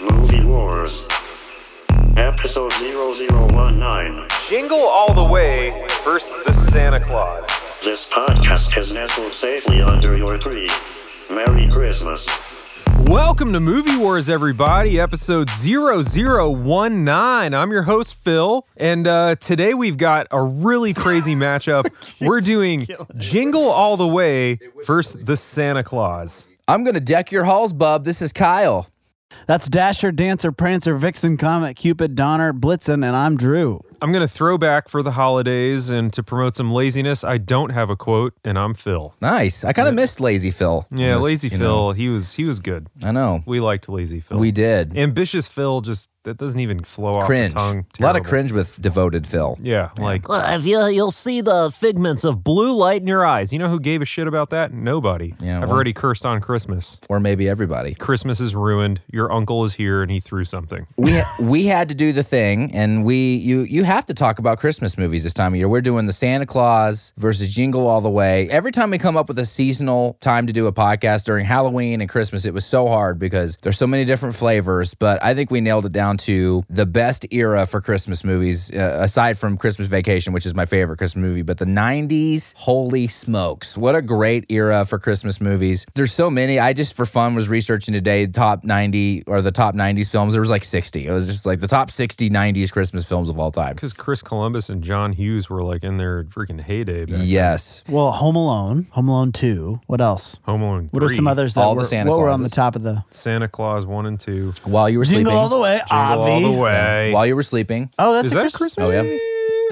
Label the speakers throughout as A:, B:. A: Movie Wars. Episode 0019.
B: Jingle all the way versus the Santa Claus.
A: This podcast is nestled safely under your tree. Merry Christmas.
B: Welcome to Movie Wars, everybody, episode 0019. I'm your host, Phil, and uh, today we've got a really crazy matchup. We're doing Jingle All the Way versus the Santa Claus.
C: I'm gonna deck your halls, bub. This is Kyle.
D: That's Dasher, Dancer, Prancer, Vixen, Comet, Cupid, Donner, Blitzen, and I'm Drew.
B: I'm going to throw back for the holidays and to promote some laziness. I don't have a quote, and I'm Phil.
C: Nice. I kind of missed Lazy Phil.
B: Yeah,
C: Miss-
B: Lazy
C: you
B: Phil,
C: know.
B: he was he was good.
C: I know.
B: We liked Lazy Phil.
C: We did.
B: Ambitious Phil just that doesn't even flow
C: cringe.
B: off the tongue.
C: a lot of
B: Terrible.
C: cringe with devoted Phil.
B: Yeah, like
E: Well, if you, you'll see the figments of
B: blue light in your eyes. You know who gave a shit about that? Nobody.
C: Yeah,
B: I've
C: well-
B: already cursed on Christmas.
C: Or maybe everybody.
B: Christmas is ruined. Your uncle is here and he threw something.
C: We we had to do the thing, and we you you have to talk about Christmas movies this time of year. We're doing the Santa Claus versus Jingle All the Way. Every time we come up with a seasonal time to do a podcast during Halloween and Christmas, it was so hard because there's so many different flavors. But I think we nailed it down to the best era for Christmas movies, uh, aside from Christmas Vacation, which is my favorite Christmas movie. But the '90s, holy smokes, what a great era for Christmas movies. There's so many. I just for fun was researching today top 90 or the top 90s films. There was like 60. It was just like the top 60 90s Christmas films of all time.
B: Because Chris Columbus and John Hughes were like in their freaking heyday. Back.
C: Yes.
D: Well, Home Alone, Home Alone 2. What else?
B: Home Alone.
D: What are
B: 3,
D: some others that
C: All the
D: were,
C: Santa
D: what were on the
C: Clauses.
D: top of the
B: Santa Claus one and two.
C: While you were
D: Jingle
C: sleeping.
D: All the Way?
B: Jingle
D: Avi.
B: all the way.
C: While you were sleeping.
D: Oh, that's
B: is
D: a
B: that a
D: Christmas.
B: Christmas?
C: Oh yeah.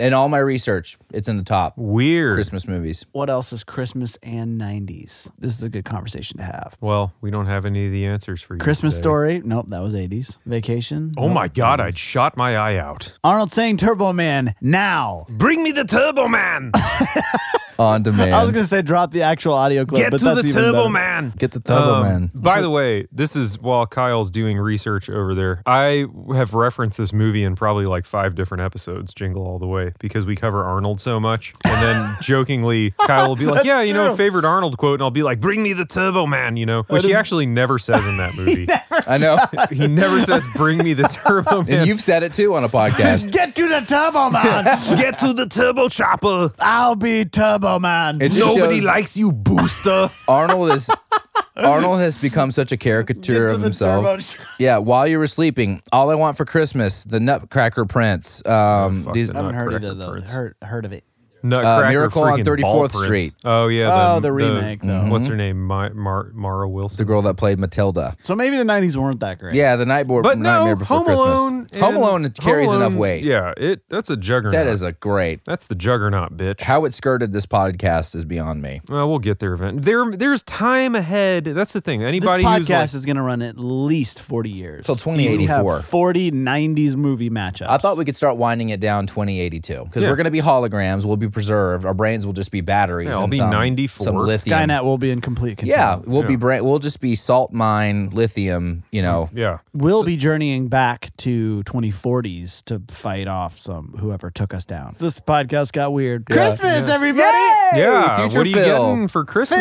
C: In all my research, it's in the top
B: Weird.
C: Christmas movies.
D: What else is Christmas and 90s? This is a good conversation to have.
B: Well, we don't have any of the answers for you.
D: Christmas
B: today.
D: Story? Nope, that was 80s. Vacation?
B: Oh
D: Nope.
B: my God! I shot my eye out.
D: Arnold saying Turbo Man now.
B: Bring me the Turbo Man.
C: On demand.
D: I was going to say drop the actual audio clip,
B: Get
D: but
B: to
D: that's
B: the
D: even
B: Turbo
D: better.
B: Man.
C: Get the Turbo
B: Um,
C: Man.
B: By the way, this is while Kyle's doing research over there. I have referenced this movie in probably like five different episodes, Jingle All the Way, because we cover Arnold so much. And then jokingly, Kyle will be like, Yeah, you know, favorite Arnold quote. And I'll be like, Bring me the Turbo Man, you know, which he actually never says in that movie.
C: I know.
B: he never says, Bring me the Turbo Man.
C: and you've said it too on a podcast.
D: Get to the Turbo Man.
B: Get to the Turbo Chopper.
D: I'll be Turbo Man.
C: It just shows- Uh,
B: likes you, Booster.
C: Arnold is Arnold has become such a caricature
D: Get to
C: of
D: the
C: himself.
D: turbo.
C: Yeah, while you were sleeping, all I want for Christmas, the Nutcracker Prince. Um,
B: fuck
C: these,
B: the
D: I haven't heard of
B: Nutcracker
D: it though.
B: Prince.
D: Heard heard of it.
B: Nutcracker
C: Miracle on
B: freaking
C: 34th
B: Ball Prince.
C: Street.
B: Oh yeah.
D: Oh, the remake, though.
B: What's
C: Mm-hmm.
B: her name? Ma- Mar- Mara Wilson.
C: the girl that played Matilda.
D: So maybe the '90s weren't that great.
C: Yeah, the Nightboard
B: but no,
C: Nightmare Before
B: Home
C: Christmas.
B: Alone.
C: Home
B: and-
C: Alone carries
B: Home
C: enough
B: Alone-
C: weight.
B: Yeah, it that's a juggernaut.
C: That is a great.
B: that's the juggernaut, bitch.
C: How it skirted this podcast is beyond me.
B: well, we'll get there event. There, there's time ahead. That's the thing.
D: This
B: Anybody who's
D: podcast
B: like,
D: is going to run at least 40 years.
C: Till
D: So we
C: 2084.
D: have 40 90s movie matchups.
C: I thought we could start winding it down 2082 because
B: Yeah.
C: we're going to be holograms. We'll be preserved. Our brains will just be batteries.
B: Yeah, I'll
C: and
B: be
C: some,
B: 94.
C: Some lithium.
D: Skynet will be in complete control.
C: Yeah, we'll be bra- we'll just be salt mine lithium. You know,
B: yeah,
D: We'll be journeying back to 2040s to fight off some whoever took us down. This podcast got weird. Christmas, everybody!
B: yeah.
C: future
B: What are you
C: Phil.
B: getting for Christmas?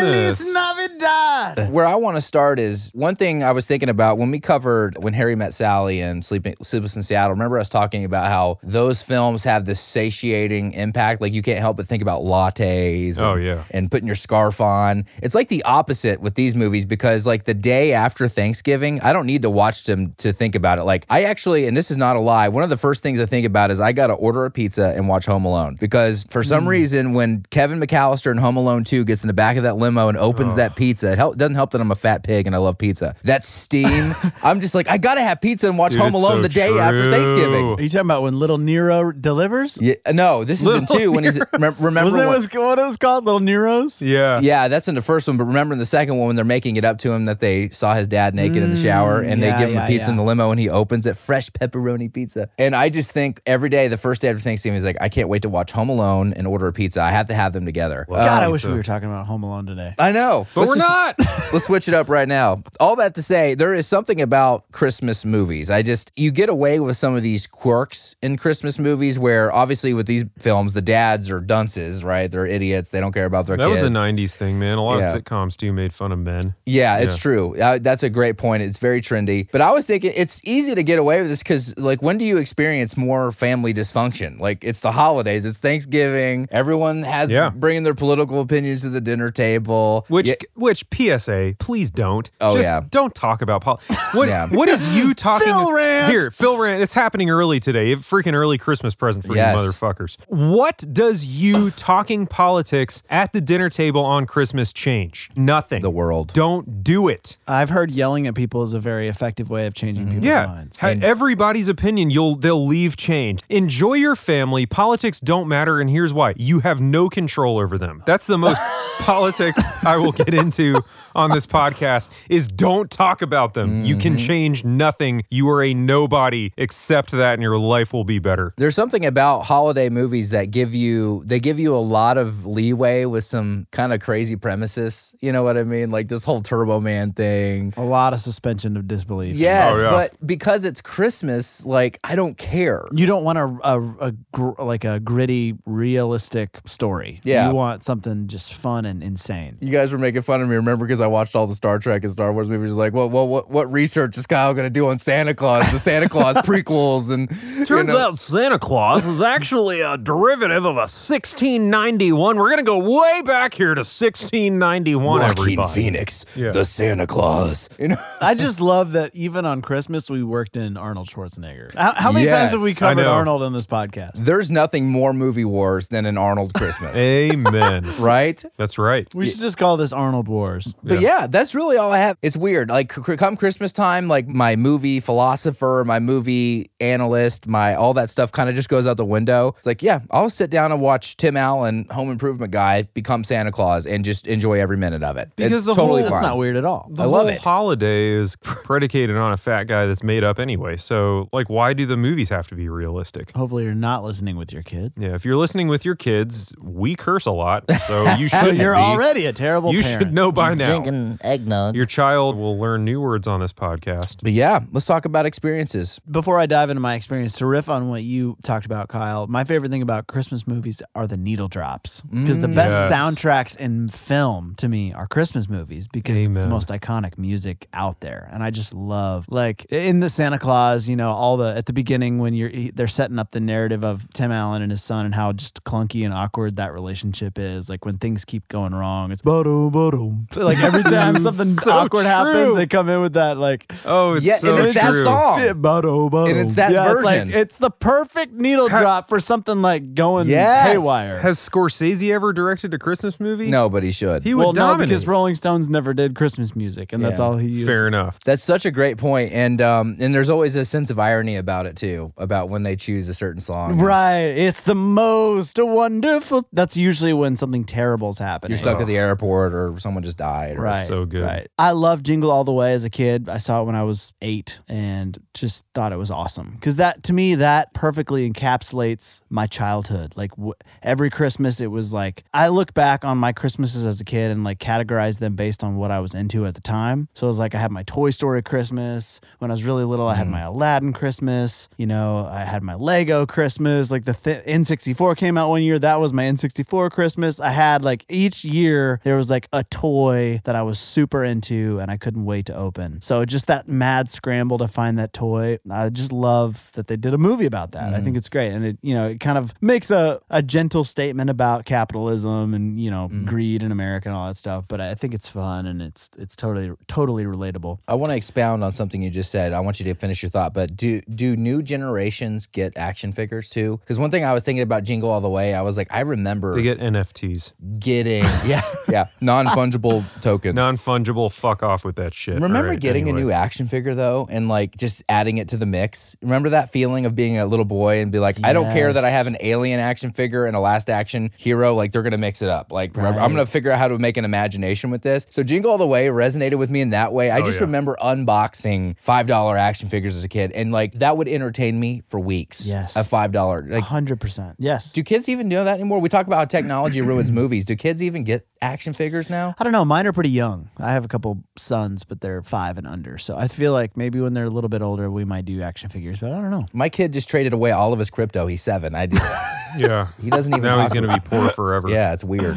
D: Feliz Navidad!
C: Where I want to start is one thing I was thinking about when we covered when Harry met Sally and Sleeping Sleepless in Seattle. Remember us talking about how those films have this satiating impact. Like you can't help but think about lattes.
B: Oh,
C: and-
B: yeah.
C: and putting your scarf on. It's like the opposite with these movies because like the day after Thanksgiving, I don't need to watch them to think about it. Like I actually, and this is not a lie, one of the first things I think about is I gotta order a pizza and watch Home Alone. Because for some
B: Mm.
C: reason when Kevin McAllister in Home Alone 2 gets in the back of that limo and opens that pizza, it help, doesn't help that I'm a fat pig and I love pizza. That steam, I'm just like, I gotta have pizza and watch
B: Dude,
C: Home
B: it's
C: Alone
B: so
C: the day
B: true.
C: after Thanksgiving.
D: Are you talking about when Little Nero delivers?
C: Yeah, no, this is in
B: Little
C: two when he's remember, remember
D: was that
C: when-
D: was what it was called? Little Nero's?
B: Yeah,
C: Yeah, that's in the first one. But remember in the second one when they're making it up to him that they saw his dad naked in the shower and
D: yeah,
C: they give him
D: yeah,
C: a pizza
D: yeah.
C: in the limo and he opens it fresh pepperoni pizza. And I just think every day, the first day after Thanksgiving, he's like, I can't wait to watch Home Alone and order a pizza. I have to have them together.
D: God, I
C: Um,
D: wish we were talking about Home Alone today.
C: I know.
B: but
C: Let's
B: we're
C: just-
B: not.
C: Let's switch it up right now. All that to say, there is something about Christmas movies. I just, you get away with some of these quirks in Christmas movies where obviously with these films, the dads are are dunces, right? They're idiots. They don't care about their
B: That was
C: kids.
B: the 90s thing, man. A lot
C: Yeah.
B: of sitcoms too made fun of men.
C: Yeah, it's
B: Yeah.
C: true. Uh, that's a great point. It's very trendy. But I was thinking it's easy to get away with this because, like, when do you experience more family dysfunction? Like, it's the holidays, it's Thanksgiving. Everyone has
B: Yeah.
C: bringing their political opinions to the dinner table.
B: Which,
C: Yeah,
B: which PSA, please don't.
C: Oh,
B: Just
C: yeah.
B: don't talk about Paul. What,
C: Yeah.
B: what is you talking?
D: Phil rant!
B: Here, Phil Rand. It's happening early today. A freaking early Christmas present for
C: Yes.
B: you motherfuckers. What does you talking politics at the dinner table on Christmas change? Nothing.
C: the world.
B: Don't do it.
D: I've heard yelling at people is a very effective way of changing people's
B: Yeah,
D: minds.
B: Ha- everybody's opinion you'll they'll leave changed. Enjoy your family. Politics don't matter, and here's why: you have no control over them. That's the most politics I will get into on this podcast. Is don't talk about them. You can
C: Mm-hmm.
B: change nothing. You are a nobody. Accept that, and your life will be better.
C: There's something about holiday movies that give you they give you a lot of leeway with some kind of crazy premises. You know what I mean? Like this whole Turbo Man thing.
D: A lot of suspension of disbelief.
C: Yes,
B: Oh, yeah.
C: but because it's Christmas, like I don't care.
D: You don't want a, a, a gr- like a gritty, realistic story.
C: Yeah.
D: You want something just fun and insane.
C: You guys were making fun of me, remember? Because I watched all the Star Trek and Star Wars movies. Like, well, well, what what research is Kyle going to do on Santa Claus, the Santa Claus prequels, and you
E: Turns
C: know?
E: out Santa Claus is actually a derivative of a 1691. We're going to go way back here to 1691,
C: Joaquin
E: everybody.
C: Phoenix,
B: Yeah.
C: the Santa Claus. You know,
D: I just love that even on Christmas we worked in Arnold Schwarzenegger. How, how many times have
C: Yes,
D: we
C: I
D: covered
B: know.
D: Arnold on this podcast?
C: there's nothing more movie wars than an Arnold
E: Eh.
C: Christmas,
B: Amen.
C: right?
B: That's right.
D: We should just call this Arnold Wars.
C: But yeah. that's really all I have. It's weird. Like c- c- come Christmas time, like my movie philosopher, my movie analyst, my all that stuff kind of just goes out the window. It's like, yeah, I'll sit down and watch Tim Allen, Home Improvement guy, become Santa Claus, and just enjoy every minute of it.
B: Because
C: it's
B: the
C: totally
B: whole-
D: That's
C: fine.
D: not weird at all.
B: The
C: I love
B: whole
C: it.
B: holiday is predicated on a fat guy that's made up anyway. So, like, why do the movies have to be realistic?
D: Hopefully you're not listening with your kid.
B: Yeah, if you're listening with your kids, we curse a lot, so you
D: So
B: should.
D: you're
B: be.
D: already a terrible
B: You
D: parent.
B: should know by now.
E: Drinking eggnog.
B: Your child will learn new words on this podcast.
C: But yeah, let's talk about experiences.
D: Before I dive into my experience, to riff on what you talked about, Kyle, my favorite thing about Christmas movies are the needle drops. Because the best
B: Mm, Yes.
D: soundtracks in film to me are Christmas movies because it's the
B: Amen.
D: most iconic music out there. And I just love, like, in the Santa Claus, you know, all the, at the beginning when you're, they're setting up the narrative of Tim Allen and his son and how just clunky and awkward that relationship is. Like, when things keep going wrong, it's ba-dum, ba-dum. Like, every time something
B: So
D: awkward happens,
B: true.
D: they come in with that, like,
B: Oh, it's
C: yeah,
B: so
C: and it's that
B: true.
C: song.
D: yeah, bottle, bottle.
C: And it's that
D: yeah,
C: version.
D: It's, like, it's the perfect needle drop for something like going
C: Yes.
D: haywire.
B: Has Scorsese ever directed a Christmas movie?
C: Nobody should.
B: he would
D: well, no,
B: dominate.
D: because Rolling Stones never did Christmas music, and that's
C: Yeah.
D: all he used.
B: Fair enough.
C: That's such a great point, and um, and there's always a sense of irony about it too, about when they choose a certain song.
D: Right. It's the most wonderful. That's usually when something terrible's happening.
C: You're stuck at the airport, or someone just died. Or
D: Right.
B: so good.
D: Right. I love Jingle All the Way as a kid. I saw it when I was eight and just thought it was awesome. Because that, to me, that perfectly encapsulates my childhood. Like w- every Christmas, it was like, I look back on my Christmases as a kid and like categorize them based on what I was into at the time. So it was like, I had my Toy Story Christmas. When I was really little, I
B: Mm-hmm.
D: had my Aladdin Christmas. You know, I had my Lego Christmas. Like the th- N64 came out one year. That was my N64 Christmas. I had like each year there was like a toy that I was super into and I couldn't wait to open. So just that mad scramble to find that toy. I just love that they did a movie about that. I think it's great. And it, you know, it kind of makes a, a gentle statement about capitalism and, you know, greed in America and all that stuff. But I think it's fun and it's it's totally totally relatable.
C: I want to expound on something you just said. I want you to finish your thought, but do do new generations get action figures too? Because one thing I was thinking about Jingle All the Way, I was like, I remember
B: They get NFTs,
C: getting yeah yeah non fungible tokens.
B: non fungible. Fuck off with that shit.
C: Remember
B: All right,
C: getting
B: anyway.
C: a new action figure though, and like just adding it to the mix. Remember that feeling of being a little boy and be like, I don't care that I
D: Yes.
C: have an alien action figure and a last action hero. Like they're gonna mix it up. Like I'm gonna figure out how to make an imagination with this. So Jingle All the Way resonated with me in that
D: Oh,
C: way. I just
B: yeah.
C: remember unboxing five dollar action figures as a kid, and like that would entertain me for weeks.
D: Yes. Uh-huh.
C: a five dollar like.
D: 100%. Yes.
C: Do kids even know that anymore? We talk about how technology ruins movies. Do kids even get action figures now?
D: I don't know. Mine are pretty young. I have a couple sons, but they're five and under. So I feel like maybe when they're a little bit older, we might do action figures, but I don't know.
C: My kid just traded away all of his crypto. He's seven. I just
B: Yeah.
C: He doesn't even.
B: Now he's
C: talk
B: going to
C: about-
B: be poor forever.
C: Yeah, it's weird.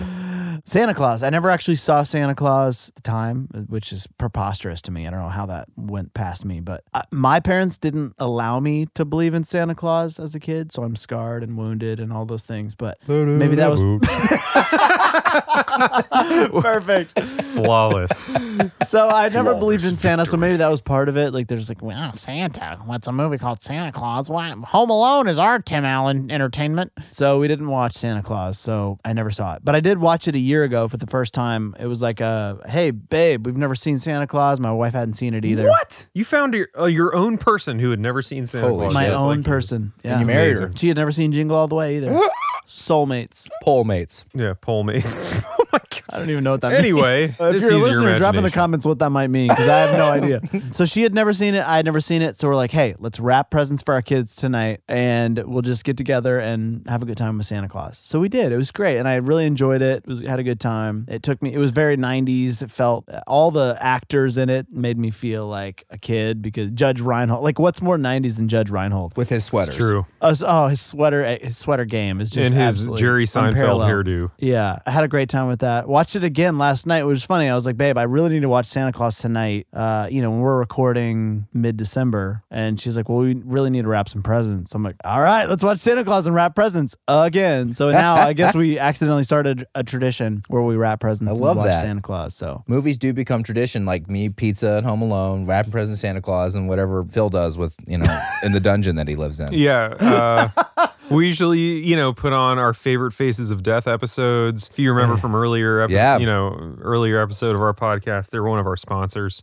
D: Santa Claus. I never actually saw Santa Claus at the time, which is preposterous to me. I don't know how that went past me, but I, my parents didn't allow me to believe in Santa Claus as a kid, so I'm scarred and wounded and all those things. But maybe that was perfect.
B: flawless.
D: So I never
B: Flawless
D: believed in Santa, so
B: victory.
D: maybe that was part of it. Like there's like,
F: Wow, Santa. What's a movie called Santa Claus? Why, Home Alone is our Tim Allen entertainment.
D: so we didn't watch Santa Claus, so I never saw it. But I did watch it a year ago for the first time. It was like a, hey babe, we've never seen Santa Claus. My wife hadn't seen it either.
B: What? You found your uh, your own person who had never seen Santa
C: Holy
B: Claus.
D: my
C: Just
D: own
B: like you.
D: person. Yeah.
C: you married her.
D: She had never seen Jingle All the Way either. Soulmates.
C: Pole mates.
B: Yeah, pole mates. oh my god.
D: I don't even know what that
B: Anyway,
D: means. if
B: just
D: you're a
B: use your
D: listener, drop in the
B: imagination.
D: comments what that might mean because I have no idea. So she had never seen it. I had never seen it. So we're like, hey, let's wrap presents for our kids tonight and we'll just get together and have a good time with Santa Claus. So we did. It was great. And I really enjoyed it. it was, had a good time. It took me, it was very 90s. It felt, all the actors in it made me feel like a kid because Judge Reinhold, like what's more 90s than Judge Reinhold?
C: with his sweaters.
B: True.
D: Oh, s- oh, his sweater, his sweater game is just
B: And his
D: absolutely
B: Jerry Seinfeld
D: unparalleled.
B: hairdo.
D: Yeah, I had a great time with that. Watched it again last night, which was funny. I was like, "Babe, I really need to watch Santa Claus tonight." Uh, you know, when we're recording mid-December, and she's like, "Well, we really need to wrap some presents." I'm like, "All right, let's watch Santa Claus and wrap presents again." So now I guess we accidentally started a tradition where we wrap presents
C: love
D: and watch
C: that.
D: Santa Claus. So
C: Movies do become tradition, like me, pizza, and Home Alone, wrapping present Santa Claus, and whatever Phil does with you know in the dungeon that he lives in.
B: Yeah. Uh, we usually, you know, put on our favorite Faces of Death episodes. If you remember from earlier, epi-
C: Yeah.
B: you know, earlier episode of our podcast, they're one of our sponsors.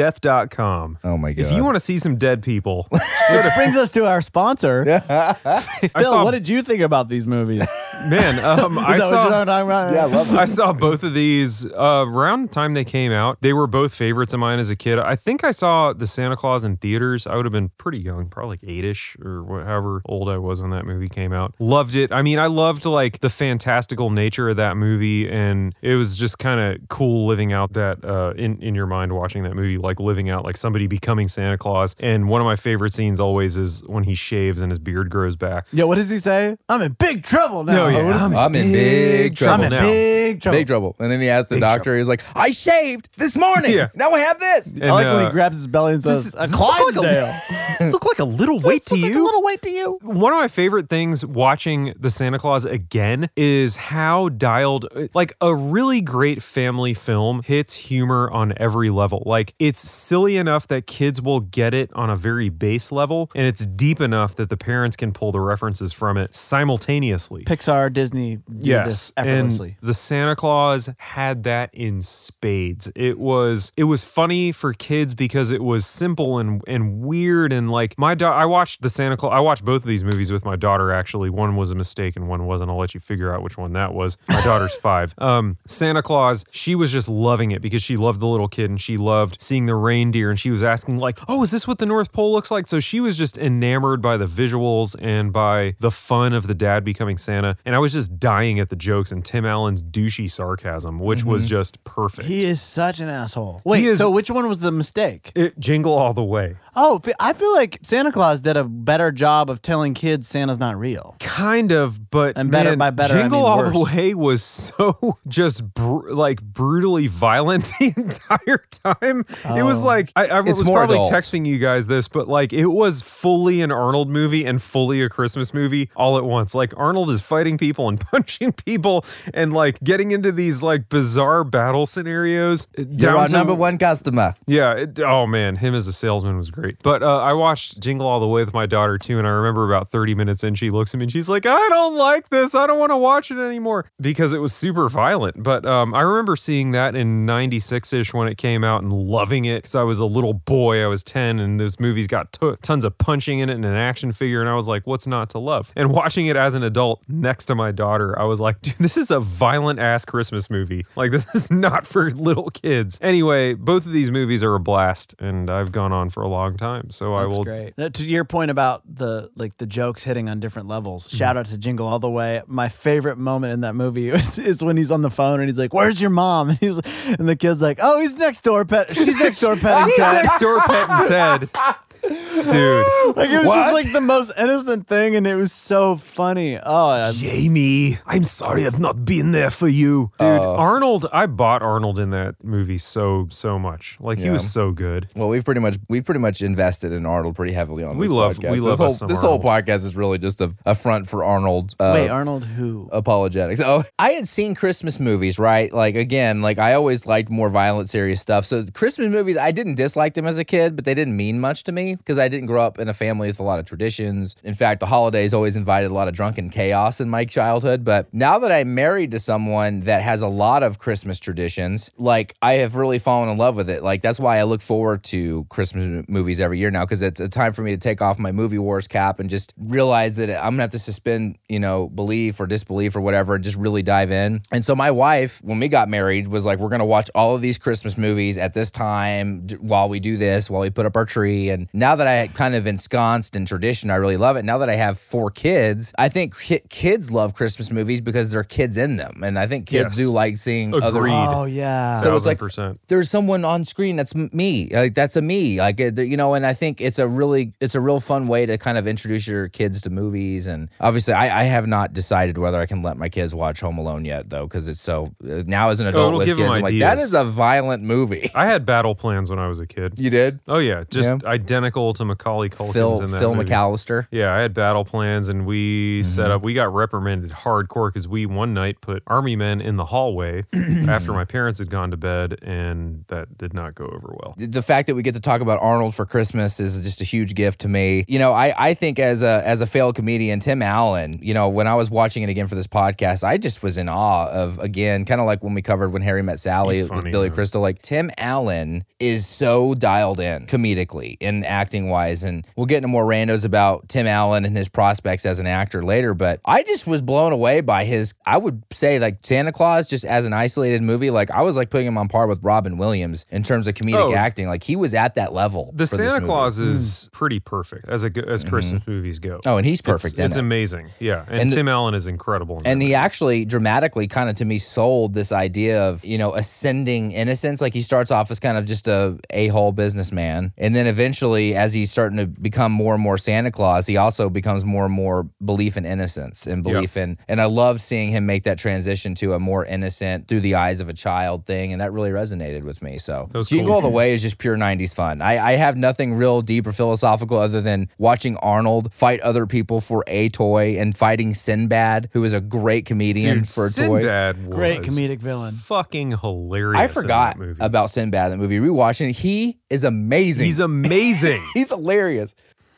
B: Facesofdeath.com.
C: Oh my god!
B: If you want to see some dead people,
D: which brings us to our sponsor,
B: I
D: Phil.
B: saw,
D: What did you think about these movies? Is
B: man, um, I
D: that what
B: saw,
D: you're talking about? Yeah,
B: I saw both of these uh, around the time they came out. They were both favorites of mine as a kid. I think I saw the Santa Claus in theaters. I would have been pretty young, probably like eight-ish or wha- however old I was when that movie came out. Loved it. I mean, I loved like the fantastical nature of that movie, and it was just kind of cool living out that uh, in in your mind watching that movie, like living out like somebody becoming Santa Claus. And one of my favorite scenes always is when he shaves and his beard grows back.
D: Yeah, what does he say? I'm in big trouble
B: No,
D: now.
B: yeah,
D: What does
B: I'm
D: he-
C: I'm in big
D: I'm
C: trouble
D: in
B: now.
D: big trouble.
C: Big trouble. And then he asked the doctor. He's like, "I shaved this morning.
B: Yeah.
C: Now I have this."
D: I like
B: And,
D: when
B: uh,
D: he grabs his belly and says, "A Clydesdale."
B: this look like a little weight to you.
D: a little weight to you.
B: one of my favorite things watching the Santa Claus again is how dialed like a really great family film hits humor on every level. Like it's silly enough that kids will get it on a very base level and it's deep enough that the parents can pull the references from it simultaneously.
D: Pixar, Disney, do this effortlessly.
B: And the Santa Claus had that in spades. It was it was funny for kids because it was simple and and weird and like my daughter. I watched the Santa Claus. I watched both of these movies with my daughter. Actually, one was a mistake and one wasn't. I'll let you figure out which one that was. My daughter's five. Um, Santa Claus. She was just loving it because she loved the little kid and she loved seeing the reindeer and she was asking like, "Oh, is this what the North Pole looks like?" So she was just enamored by the visuals and by the fun of the dad becoming Santa. And I was just dying at the jokes and Tim Allen's douchey sarcasm, which was just perfect.
D: He is such an asshole. Wait,
B: is-
D: so which one was the mistake?
B: it jingle all the way.
D: Oh, fe- I feel like Santa Claus did a better job of telling kids Santa's not real.
B: Kind of, but
D: And better-
B: man,
D: by better, I
B: Jingle
D: mean
B: all the
D: worse.
B: way was so just br- like brutally violent the entire time. It was
D: Oh.
B: like I, I
C: It's
B: was
C: more
B: probably
C: adult.
B: texting you guys this, but like it was fully an Arnold movie and fully a Christmas movie all at once. Like Arnold is fighting people and punching people and like getting into these like bizarre battle scenarios. uh,
C: You're our
B: to-
C: number one customer.
B: yeah. It, oh man, him as a salesman was great. But uh, I watched Jingle All the Way with my daughter too, and I remember about 30 minutes in, she looks at me and she's like, "I don't like this. I don't want to watch it anymore because it was super violent." But um, I remember seeing that in '96 ish when it came out and loving it because I was a little boy. I was 10, and this movie's got to tons of punching in it and an action figure, and I was like, "What's not to love?" And watching it as an adult next to my daughter, I was like, "Dude, this is a violent ass Christmas movie. Like, this is not for little kids." Anyway, both of these movies are a blast, and I've gone on for a long time, so I
D: That's
B: will.
D: great. Now, to your point about the like the jokes hitting on different levels. Shout out to Jingle All the Way. My favorite moment in that movie is, is when he's on the phone and he's like, "Where's your mom?" And he's and the kid's like, "Oh, he's next door, pet. She's next door, pet." and Ted."
B: Next door, Pet and Ted. dude.
D: Like it was
C: What?
D: just like the most innocent thing, and it was so funny. Oh, I-
E: Jamie, I'm sorry I've not been there for you.
B: Dude,
C: Uh.
B: Arnold, I bought Arnold in that movie so so much. Like he
C: Yeah.
B: was so good.
C: Well, we've pretty much we've pretty much invested in Arnold pretty heavily on
B: We
C: this
B: love-
C: podcast.
B: we love
C: this whole
B: us some
C: this whole podcast is really just a, a front for Arnold. Uh,
D: wait, Arnold, who?
C: apologetics. Oh, I had seen Christmas movies, right? Like again, like I always liked more violent, serious stuff. So Christmas movies, I didn't dislike them as a kid, but they didn't mean much to me because I didn't grow up in a family with a lot of traditions. In fact, the holidays always invited a lot of drunken chaos in my childhood. But now that I'm married to someone that has a lot of Christmas traditions, like I have really fallen in love with it. Like that's why I look forward to Christmas m- movies every year now because it's a time for me to take off my movie wars cap and just realize that I'm gonna have to suspend, you know, belief or disbelief or whatever, and just really dive in. And so my wife, when we got married, was like, "We're gonna watch all of these Christmas movies at this time d- while we do this, while we put up our tree." And now that I kind of ensconced in tradition, I really love it. Now that I have four kids, I think ki- kids love Christmas movies because there are kids in them, and I think
B: Yes.
C: kids do like seeing other
B: Agreed.
D: Oh yeah.
C: So it's like-
B: percent.
C: there's someone on screen that's m- me like that's a me like it- you know and i think it's a really it's a real fun way to kind of introduce your kids to movies and obviously i, I have not decided whether i can let my kids watch home alone yet though because it's so uh, now as an adult
B: it'll
C: with
B: Oh, give
C: kids
B: 'em
C: i'm like that
B: ideas.
C: is a violent movie
B: I had battle plans when I was a kid.
C: you did
B: Oh yeah, just
C: Yeah.
B: identical to Macaulay Culkin's
C: phil
B: in that
C: phil Mm-hmm.
B: movie.
C: mcallister
B: Yeah, I had battle plans and we set up. We got reprimanded hardcore because we one night put army men in the hallway after my parents had gone to bed, and that did not go over well.
C: the fact that we get to talk about Arnold for Christmas is just a huge gift to me. You know, I, I think as a as a failed comedian, Tim Allen, you know, when I was watching it again for this podcast, I just was in awe of again, kind of like when we covered when Harry met Sally
B: He's
C: with
B: funny,
C: Billy
B: man.
C: Crystal. Like Tim Allen is so dialed in comedically and acting wise. And we'll get into more randos about Tim Allen and his prospects as an actor later. But I just was blown away by his I would say like Santa Claus just as an isolated movie, like I was like putting him on par with Robin Williams in terms of comedic
B: Oh,
C: acting acting. Like he was at that level.
B: The
C: for this
B: Santa
C: movie. Hmm. Mm-hmm.
B: Claus is pretty perfect as a go- as Christmas movies go.
C: Oh, and he's
B: It's-
C: perfect.
B: It's,
C: in it.
B: amazing. Yeah, and,
C: And the-
B: Tim Allen is incredible. In
C: And
B: that.
C: he actually dramatically kind of to me sold this idea of, you know, ascending innocence. Like he starts off as kind of just a a-hole businessman. And then eventually, as he's starting to become more and more Santa Claus, he also becomes more and more belief in innocence and belief in and I love seeing him make that transition to a more innocent through the eyes of a child thing. And that really resonated with me. So
B: was
C: Jingle
B: cool.
C: All the Way is just pure 90s fun. I, I have nothing real deep or philosophical other than watching Arnold fight other people for a toy and fighting Sinbad, who is a great comedian
B: Dude,
C: for a toy.
B: Sinbad was
D: Great comedic villain.
B: Fucking hilarious.
C: I
B: in that
C: forgot
B: movie.
C: about Sinbad in the movie. Rewatching, it, he is amazing.
B: He's amazing.
C: He's hilarious.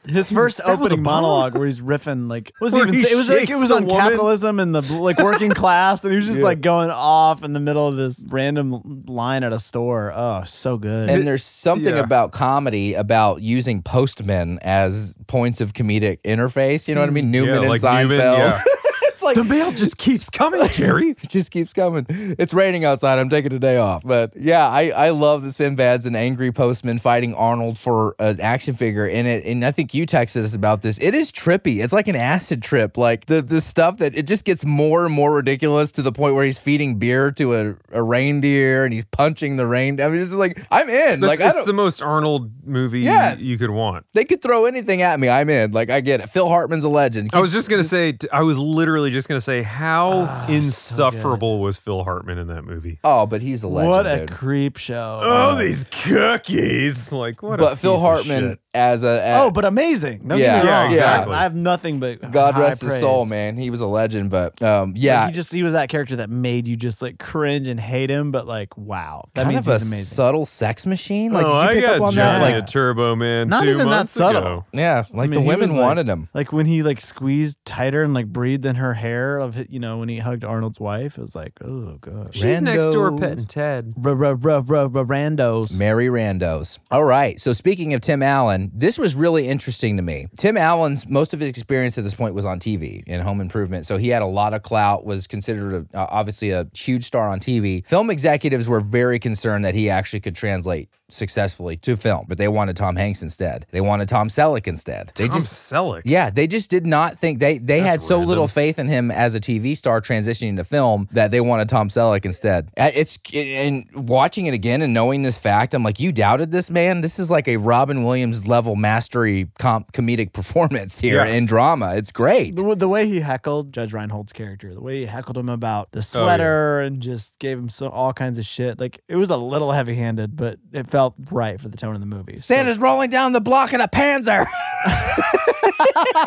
D: His first
B: that was a
D: opening
B: bomb?
D: monologue where he's riffing like what was he
B: Where
D: even
B: he
D: say- it was like it
B: shakes
D: was
B: the
D: on
B: woman.
D: capitalism and the like working class and he was just like going off in the middle of this random line at a store. Oh, so good.
C: And there's something
B: yeah.
C: about comedy about using postmen as points of comedic interface. You know what I mean? Newman and
B: Mm-hmm. like
C: Seinfeld.
B: Newman, yeah.
C: it's like
B: the mail just keeps coming, Jerry.
C: it just keeps coming. It's raining outside. I'm taking today off. But yeah, I, I love the Sinbad's an angry postman fighting Arnold for an action figure in it. And I think you texted us about this. It is trippy. It's like an acid trip. Like the, the stuff that it just gets more and more ridiculous to the point where he's feeding beer to a, a reindeer and he's punching the reindeer. I mean, it's just like, I'm in.
B: That's,
C: like, I
B: it's
C: don't,
B: the most Arnold movie
C: Yes.
B: you could want.
C: they could throw anything at me. I'm in. Like, I get it. Phil Hartman's a legend.
B: I was just gonna say. t- I was literally just gonna say how
C: Ah,
B: insufferable was Phil Hartman in that movie. Oh,
C: oh, but he's a legend.
D: what a
C: dude.
D: creep show.
B: these cookies! Like what? a
C: But Phil
B: piece of
C: Hartman
B: shit.
C: as a. as-
D: oh, but amazing. No,
C: Yeah.
D: yeah,
B: Yeah, exactly.
D: exactly. I have nothing but
C: God
D: high
C: rest his soul,
D: praise.
C: man. He was a legend, but um,
D: Like,
C: yeah,
D: he just he was that character that made you just like cringe and hate him, but like wow, that
C: kind
D: means
C: of a
D: he's amazing.
C: subtle sex machine. Like,
B: oh,
C: did you pick
B: I got
C: up on that?
B: Johnny
C: Like,
B: at Turbo Man.
D: Not
B: two
D: even that
B: months
D: subtle.
B: ago.
C: yeah, like
D: I
C: the
D: mean, he
C: women
D: was, like-
C: wanted him.
D: Like when he like squeezed tighter and like breathed in her hair of it, you know when he hugged Arnold's wife, it was like oh gosh.
C: She's next door Randos.
B: petting Ted.
D: Randos.
C: Mary Randos. All right. So speaking of Tim Allen, this was really interesting to me. Tim Allen's most of his experience at this point was on TV in Home Improvement, so he had a lot of clout. Was considered a, uh, obviously a huge star on TV. Film executives were very concerned that he actually could translate successfully to film, but they wanted Tom Hanks instead. They wanted Tom Selleck instead. They
B: Tom
C: just
B: Selleck.
C: yeah, they just did not think they they had so little faith in him as a TV star transitioning to film that they wanted Tom Selleck instead. Uh, It's and watching it again and knowing this fact, I'm like, you doubted this man. This is like a Robin Williams level mastery comp comedic performance here
B: Yeah.
C: in drama. It's great.
D: The, the way he heckled Judge Reinhold's character, the way he heckled him about
C: Oh,
D: the sweater and just gave him so all kinds of shit. Like it was a little heavy handed, but it felt right for the tone of the movie. So-
C: Santa's rolling down the block in a Panzer.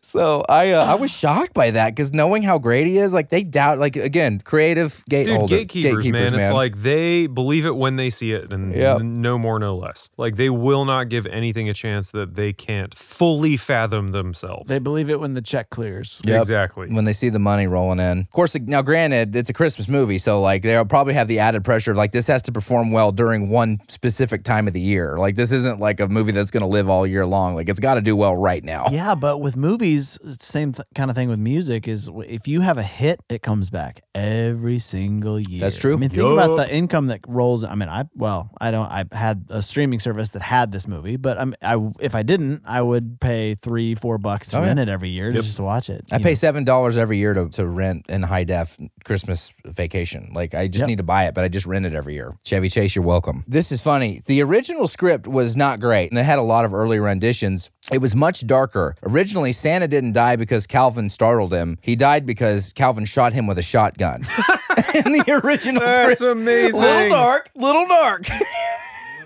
C: so I uh, I was shocked by that because knowing how great he is, like they doubt, like again, creative gate
B: Dude,
C: holder-
B: gatekeepers, man, It's like they believe it when they see it, and
C: Yep.
B: n- no more, no less. Like they will not give anything a chance that they can't fully fathom themselves.
D: they believe it when the check clears.
C: Yep.
B: Exactly.
C: when they see the money rolling in. Of course, now granted, it's a Christmas movie, so like they'll probably have the added pressure of like this has to perform well during one specific time of the year. Like this isn't like a movie that's going to live all year long. Like it's got to do well right now.
D: Yeah, but with movies, it's same th- kind of thing with music is w- if you have a hit, it comes back every single year.
C: That's true.
D: I mean, think about
B: Yup.
D: the income that rolls. I mean, I well, I don't. I had a streaming service that had this movie, but I'm, I if I didn't, I would pay three, four bucks to
C: Oh, yeah.
D: rent it every year to just to watch it.
C: I
D: you
C: pay seven dollars every year to, to rent in high def Christmas vacation. Like I just
D: Yep.
C: need to buy it, but I just rent it every year. Chevy Chase, you're welcome. This is funny. The original script was not great, and they had a lot of early renditions. It was much darker. Originally, Santa didn't die because Calvin startled him. He died because Calvin shot him with a shotgun. in the original
B: That's
C: script. Little
B: amazing.
C: dark, little dark.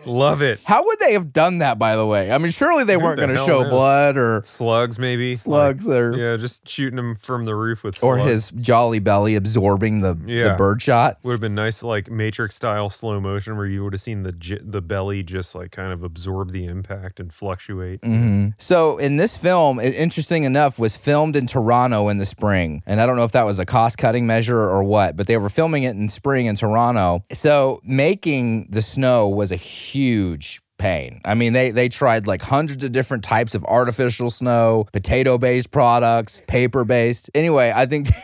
B: Love it.
C: How would they have done that, by the way? I mean, surely they weren't
B: the
C: going to
B: hell
C: show
B: knows?
C: blood or
B: Slugs, maybe.
C: slugs or
B: Like, yeah, just shooting them from the roof with
C: or
B: slugs.
C: his jolly belly absorbing the, the
B: Yeah.
C: bird shot.
B: Would have been nice, like Matrix style slow motion, where you would have seen the j- the belly just like kind of absorb the impact and fluctuate.
C: Mm-hmm. So in this film, i- interesting enough, was filmed in Toronto in the spring, and I don't know if that was a cost cutting measure or what, but they were filming it in spring in Toronto. So making the snow was a huge pain. I mean, they they tried like hundreds of different types of artificial snow, potato based products, paper based. Anyway, I think.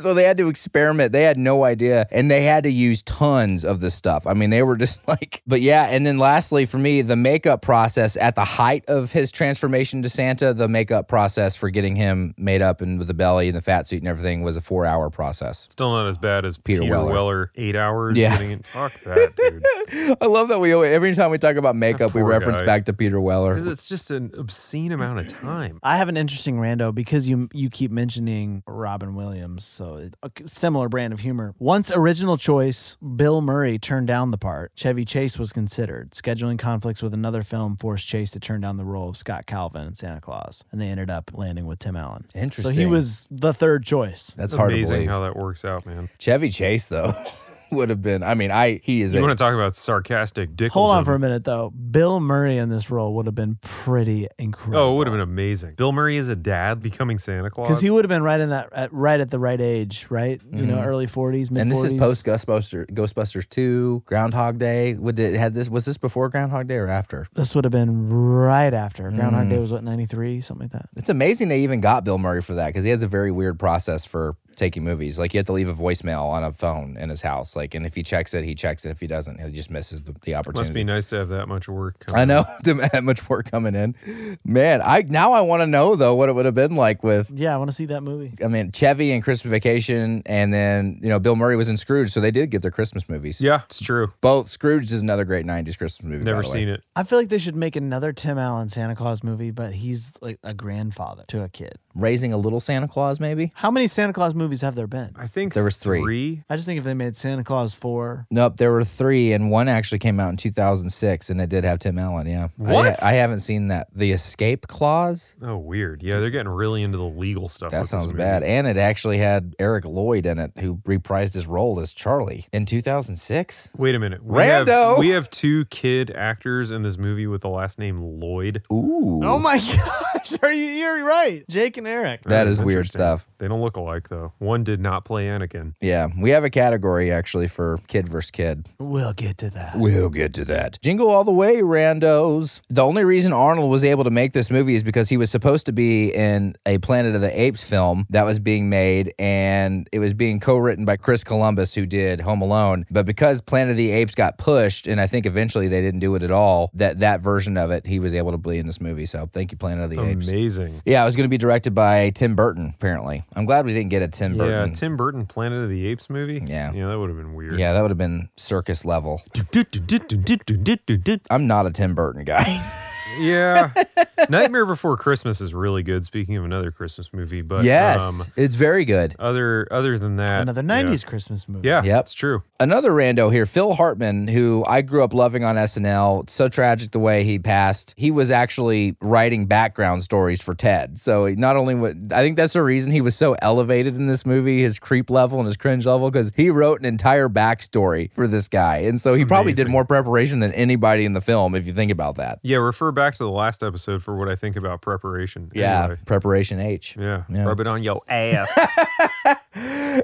C: So they had to experiment. They had no idea, and they had to use tons of this stuff. I mean, they were just like, but yeah. And then lastly, for me, the makeup process at the height of his transformation to Santa, the makeup process for getting him made up and with the belly and the fat suit and everything was a four-hour process.
B: Still not as bad as
C: Peter
B: Peter,
C: Weller.
B: Weller. Eight hours.
C: Yeah.
B: Getting in. Fuck that, dude.
C: I love that we always, every time we talk about makeup, we
B: poor
C: reference
B: guy.
C: back to Peter Weller.
B: 'Cause it's just an obscene amount of time.
D: I have an interesting rando because you you keep mentioning Robin Williams, so it, a similar brand of humor. Once original choice, Bill Murray turned down the part. Chevy Chase was considered. Scheduling conflicts with another film forced Chase to turn down the role of Scott Calvin in Santa Claus, and they ended up landing with Tim Allen. So he
C: Interesting.
D: was the third choice.
C: That's hard to
B: Amazing
C: believe.
B: how that works out, man.
C: Chevy Chase though would have been. I mean, I he is
B: You
C: a
B: want to talk about sarcastic dick?
D: Hold on for a minute though. Bill Murray in this role would have been pretty incredible.
B: Oh, it would have been amazing. Bill Murray is a dad becoming Santa Claus.
D: because he would have been right in that at, right at the right age, right? You know, early forties, mid
C: Mm-hmm. And this
D: forties.
C: is post Ghostbusters, Ghostbusters two, Groundhog Day. Would it had this? Was this before Groundhog Day or after?
D: This would have been right after Groundhog Day was what ninety three, something like that.
C: It's amazing they even got Bill Murray for that because he has a very weird process for taking movies. Like you have to leave a voicemail on a phone in his house. Like, and if he checks it, he checks it. If he doesn't, he just misses the, the
B: Must be
C: opportunity.
B: nice to have that much work.
C: I know that much work coming in, man. I now I want to know though what it would have been like with
D: Yeah, I want to see that movie.
C: I mean Chevy and Christmas Vacation, and then you know Bill Murray was in Scrooge, so they did get their Christmas movies.
B: Yeah, it's true.
C: Both Scrooge is another great '90s Christmas movie. by
B: Never
C: the way.
B: seen it.
D: I feel like they should make another Tim Allen Santa Claus movie, but he's like a grandfather to a kid.
C: Raising a Little Santa Claus, maybe.
D: How many Santa Claus movies have there been?
B: I think
C: There was three.
D: I just think if they made Santa Claus four,
C: Nope, there were three, and one actually came out in 2006, and it did have Tim Allen. Yeah, I-
B: What?
C: I, haven't seen that. The escape clause.
B: Oh, weird. Yeah, they're getting really into the legal stuff.
C: That
B: with this
C: sounds
B: movie.
C: bad. And it actually had Eric Lloyd in it, who reprised his role as Charlie in 2006.
B: Wait a minute. We
C: Rando!
B: Have, we have two kid actors in this movie with the last name Lloyd.
C: Ooh,
D: oh my gosh, are you? You're right, Jake and Eric.
C: that
B: Oh,
C: is weird
B: interesting.
C: stuff.
B: They don't look alike though. One did not play Anakin.
C: Yeah, we have a category actually for kid versus kid.
D: We'll get to that.
C: We'll get to that. Jingle all the way, randos. The only reason Arnold was able to make this movie is because he was supposed to be in a Planet of the Apes film that was being made, and it was being co written by Chris Columbus, who did Home Alone. But because Planet of the Apes got pushed, and I think eventually they didn't do it at all, that, that version of it, he was able to be in this movie. So thank you, Planet of the Apes.
B: Amazing.
C: Yeah, it was going to be directed by Tim Burton, apparently. I'm glad we didn't get a Tim Burton.
B: Yeah, Tim Burton Planet of the Apes movie.
C: Yeah.
B: Yeah, that would have been weird.
C: Yeah, that would have been circus level. I'm not a Tim Burton guy.
B: Yeah. Nightmare Before Christmas is really good. Speaking of another Christmas movie, but
C: yes,
B: um,
C: it's very good.
B: other other than that,
D: Another
B: yeah.
D: 90s Christmas movie.
B: Yeah,
C: Yep.
B: it's true.
C: Another rando here, Phil Hartman, who I grew up loving on SNL. It's so tragic the way he passed. He was actually writing background stories for Ted. So not only would I think that's the reason he was so elevated in this movie, his creep level and his cringe level, because he wrote an entire backstory for this guy, and so he probably did
B: Amazing.
C: more preparation than anybody in the film. If you think about that,
B: Yeah, refer back to the last episode for what I think about preparation.
C: yeah,
B: Anyway,
C: preparation H.
B: yeah.
C: Yeah.
B: Rub it on your ass.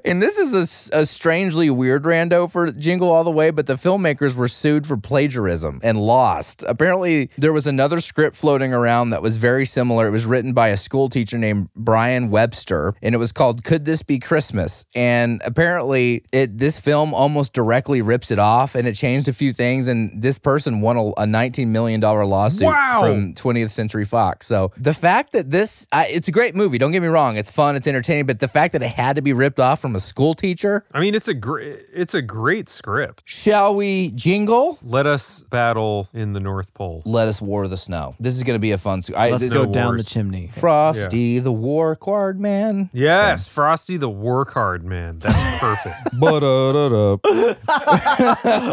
C: And this is a s- a, strangely weird rando for Jingle All the Way, but the filmmakers were sued for plagiarism and lost. Apparently, there was another script floating around that was very similar. It was written by a school teacher named Brian Webster, and it was called "Could This Be Christmas?" And apparently, it this film almost directly rips it off, and it changed a few things. And this person won a, a nineteen million dollar lawsuit
E: Wow.
C: from 20th Century Fox. So the fact that this, I, it's a great movie. Don't get me wrong, it's fun, it's entertaining, but the fact that it had to be ripped off from a school teacher.
B: I mean, it's a great it's a great script.
C: Shall we jingle?
B: Let us battle in the North Pole.
C: Let us war the snow. This is going to be a fun. Su- I,
D: Let's
C: this-
D: go
B: no
D: down
B: wars.
D: the chimney.
C: Frosty the War Card Man.
B: Yes, Frosty the War Card Man. That's perfect.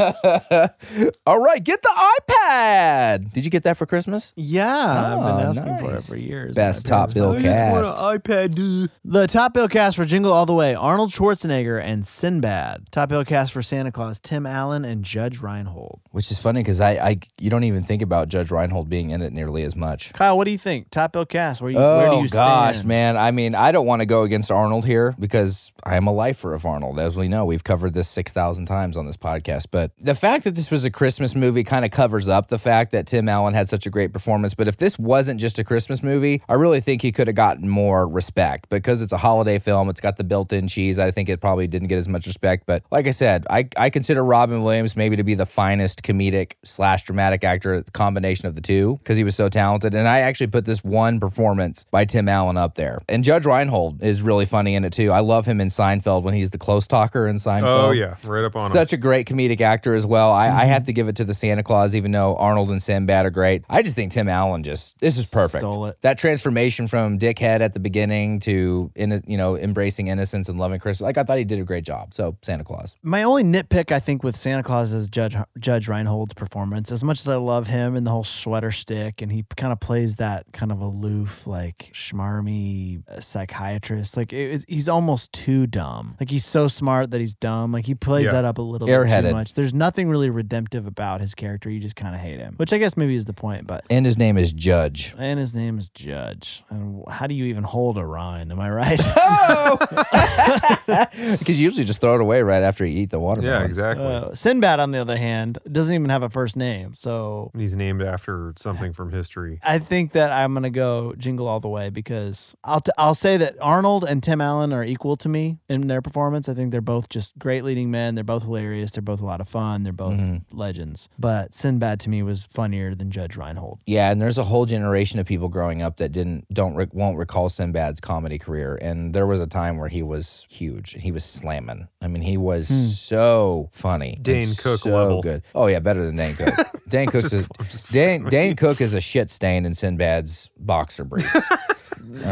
C: All right, get the iPad. Did you get that for Christmas?
D: Yeah, I've
C: Oh,
D: been asking for it
C: nice.
D: for years.
C: Best
D: My
C: top
D: parents-
C: bill cast.
D: The top bill cast for Jingle All the Way: Arnold Schwarzenegger and Sinbad. Top bill cast for Santa Claus: Tim Allen and Judge Reinhold.
C: Which is funny because I, I, you don't even think about Judge Reinhold being in it nearly as much.
D: Kyle, what do you think? Top bill cast. Where you?
C: Oh
D: where do you
C: gosh,
D: stand?
C: man! I mean, I don't want to go against Arnold here because I am a lifer of Arnold, as we know. We've covered this six thousand times on this podcast. But the fact that this was a Christmas movie kind of covers up the fact that Tim Allen had such a great performance. But if this wasn't just a Christmas movie, I really think he could have gotten more respect because it's a holiday film. It's got the built-in cheese. I think it probably didn't get as much respect. But like I said, I I consider Robin Williams maybe to be the finest comedic slash dramatic actor combination of the two because he was so talented. And I actually put this one performance by Tim Allen up there. And Judge Reinhold is really funny in it too. I love him in Seinfeld when he's the close talker in Seinfeld.
B: oh yeah, right up on him.
C: Such a great comedic actor as well. I, I have to give it to the Santa Claus, even though Arnold and Sinbad are great. I just think Tim Allen just this is perfect.
D: Stole it.
C: That transformation from dickhead at the beginning to in, you know embracing innocence and loving Christmas. Like I thought he did a great job. So Santa Claus.
D: My only nitpick, I think, with Santa Claus is Judge Judge Reinhold's performance. As much as I love him and the whole sweater stick, and he kind of plays that kind of aloof, like schmarmy uh, psychiatrist. Like it, it's- he's almost too dumb. Like he's so smart that he's dumb. Like he plays
B: Yeah.
D: that up a little bit
C: Airheaded.
D: too much. There's nothing really redemptive about his character. You just kind of hate him, which I guess maybe is the point. But
C: And his name is Judge.
D: and his name is Judge. And how do you even hold a rind? Am I right?
C: Because you usually just throw it away right after you eat the watermelon.
B: yeah, exactly.
D: Uh, Sinbad, on the other hand, doesn't even have a first name. So
B: He's named after something from history.
D: I think that I'm gonna go jingle all the way because I'll t- I'll say that Arnold and Tim Allen are equal to me in their performance. I think they're both just great leading men. They're both hilarious. They're both a lot of fun. They're both legends. But Sinbad to me was funnier than Judge Reinhold.
C: Yeah, and there's a whole generation of people growing up that didn't don't rec- won't recall Sinbad's comedy career, and there was a time where he was huge and he was slamming. I mean, he was so funny, and
B: Hmm. Dane Cook
C: so
B: level.
C: good. Oh yeah, better than Dane Cook. Dane Cook's a, Dane Dane Cook is a shit stain in Sinbad's boxer briefs.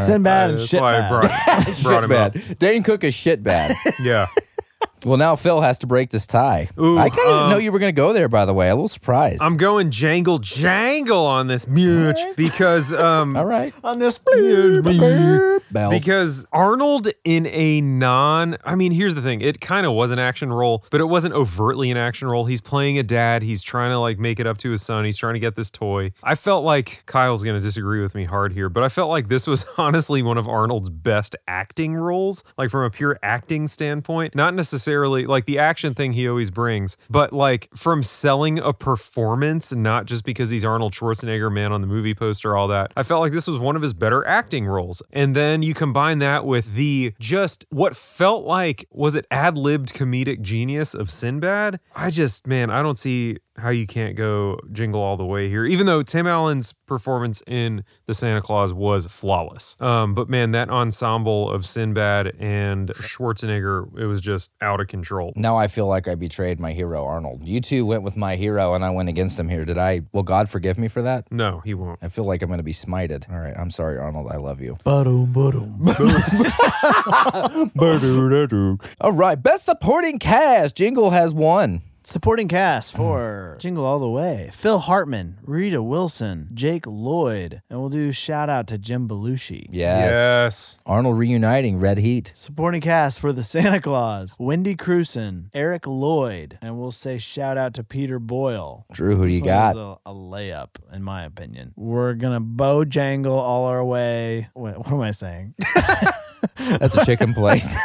D: Sinbad and
B: That's
D: shit.
B: why I brought, brought him up.
C: Dane Cook is shit bad.
B: Yeah.
C: Well, now Phil has to break this tie.
B: Ooh,
C: I kind of didn't
B: um,
C: know you were going to go there, by the way. A little surprised.
B: I'm going jangle jangle on this bitch because um
C: All right.
D: on this.
C: Bells.
B: Because Arnold in a non I mean, here's the thing. It kind of was an action role, but it wasn't overtly an action role. He's playing a dad. He's trying to like make it up to his son. He's trying to get this toy. I felt like Kyle's going to disagree with me hard here, but I felt like this was honestly one of Arnold's best acting roles, like from a pure acting standpoint. Not necessarily like the action thing he always brings, but like from selling a performance, not just because he's Arnold Schwarzenegger, man on the movie poster, all that. I felt like this was one of his better acting roles. And then you combine that with the just what felt like was it ad libbed comedic genius of Sinbad? I just, man, I don't see how you can't go jingle all the way here, even though Tim Allen's performance in The Santa Claus was flawless. Um, but man, that ensemble of Sinbad and Schwarzenegger, it was just out of control.
C: now I feel like I betrayed my hero, Arnold. You two went with my hero, and I went against him here. Did I? Will God forgive me for that?
B: No, he won't.
C: I feel like I'm going to be smited. All right. I'm sorry, Arnold. I love you.
D: Ba-dum, ba-dum.
C: All right. Best supporting cast. Jingle has won.
D: Supporting cast for Jingle All the Way: Phil Hartman, Rita Wilson, Jake Lloyd, and we'll do shout out to Jim Belushi.
C: Yes.
B: yes.
C: Arnold reuniting. Red Heat.
D: Supporting cast for The Santa Claus: Wendy Crewson, Eric Lloyd, and we'll say shout out to Peter Boyle.
C: Drew, who do you
D: This one
C: got?
D: was A, a layup, in my opinion. We're gonna bojangle all our way. Wait, what am I saying? uh,
C: That's a chicken place.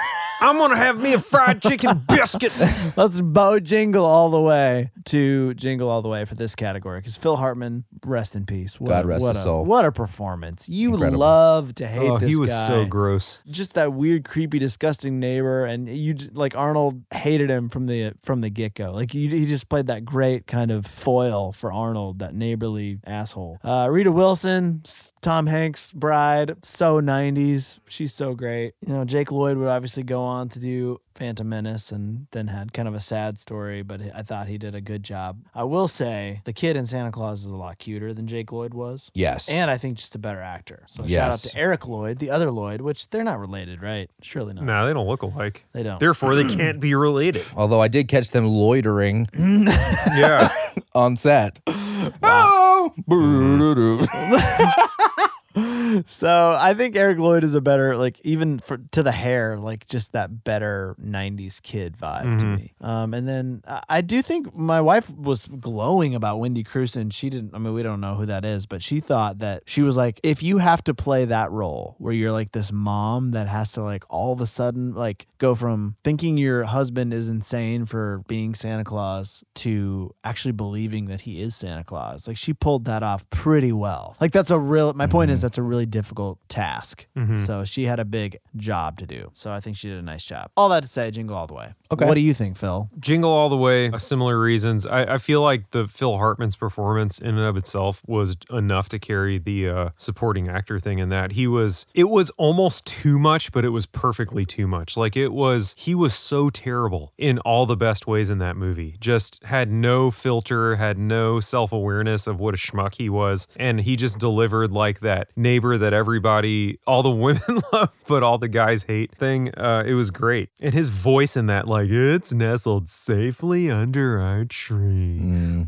E: I'm gonna have me a fried chicken biscuit.
D: Let's bojangle all the way to jingle all the way for this category because Phil Hartman, rest in peace. What
C: God
D: a,
C: rest
D: what
C: his
D: a-
C: soul.
D: What a performance! You
C: Incredible.
D: love to hate
B: Oh,
D: this
B: he was
D: guy.
B: so gross.
D: Just that weird, creepy, disgusting neighbor, and you j- like Arnold hated him from the from the get go. Like you, he just played that great kind of foil for Arnold, that neighborly asshole. Uh, Rita Wilson, s- Tom Hanks' bride, so '90s. She's so great. You know, Jake Lloyd would obviously go on to do Phantom Menace and then had kind of a sad story, but I thought he did a good job. I will say the kid in Santa Claus is a lot cuter than Jake Lloyd was.
C: yes.
D: And I think just a better actor. So shout out
C: Yes.
D: to Eric Lloyd, the other Lloyd, which they're not related, right? Surely not.
B: No, they don't look alike.
D: They don't.
B: Therefore, they can't be related.
C: Although I did catch them loitering
B: Yeah.
C: on set. Oh!
D: so I think Eric Lloyd is a better, like even for to the hair, like just that better '90s kid vibe to me. Um, and then I, I do think my wife was glowing about Wendy Crewson. She didn't. I mean, we don't know who that is, but she thought that she was like, if you have to play that role where you're like this mom that has to like all of a sudden like go from thinking your husband is insane for being Santa Claus to actually believing that he is Santa Claus. Like she pulled that off pretty well. Like that's a real my point is that's a really difficult task. So she had a big job to do. So I think she did a nice job. All that to say, jingle all the way.
C: Okay.
D: What do you think, Phil?
B: Jingle All the Way, uh, similar reasons. I, I feel like the Phil Hartman's performance in and of itself was enough to carry the uh, supporting actor thing in that. He was, it was almost too much, but it was perfectly too much. Like it was, he was so terrible in all the best ways in that movie. Just had no filter, had no self awareness of what a schmuck he was. And he just delivered like that neighbor that everybody, all the women love, but all the guys hate thing. Uh, it was great. And his voice in that, like, it's nestled safely under our tree.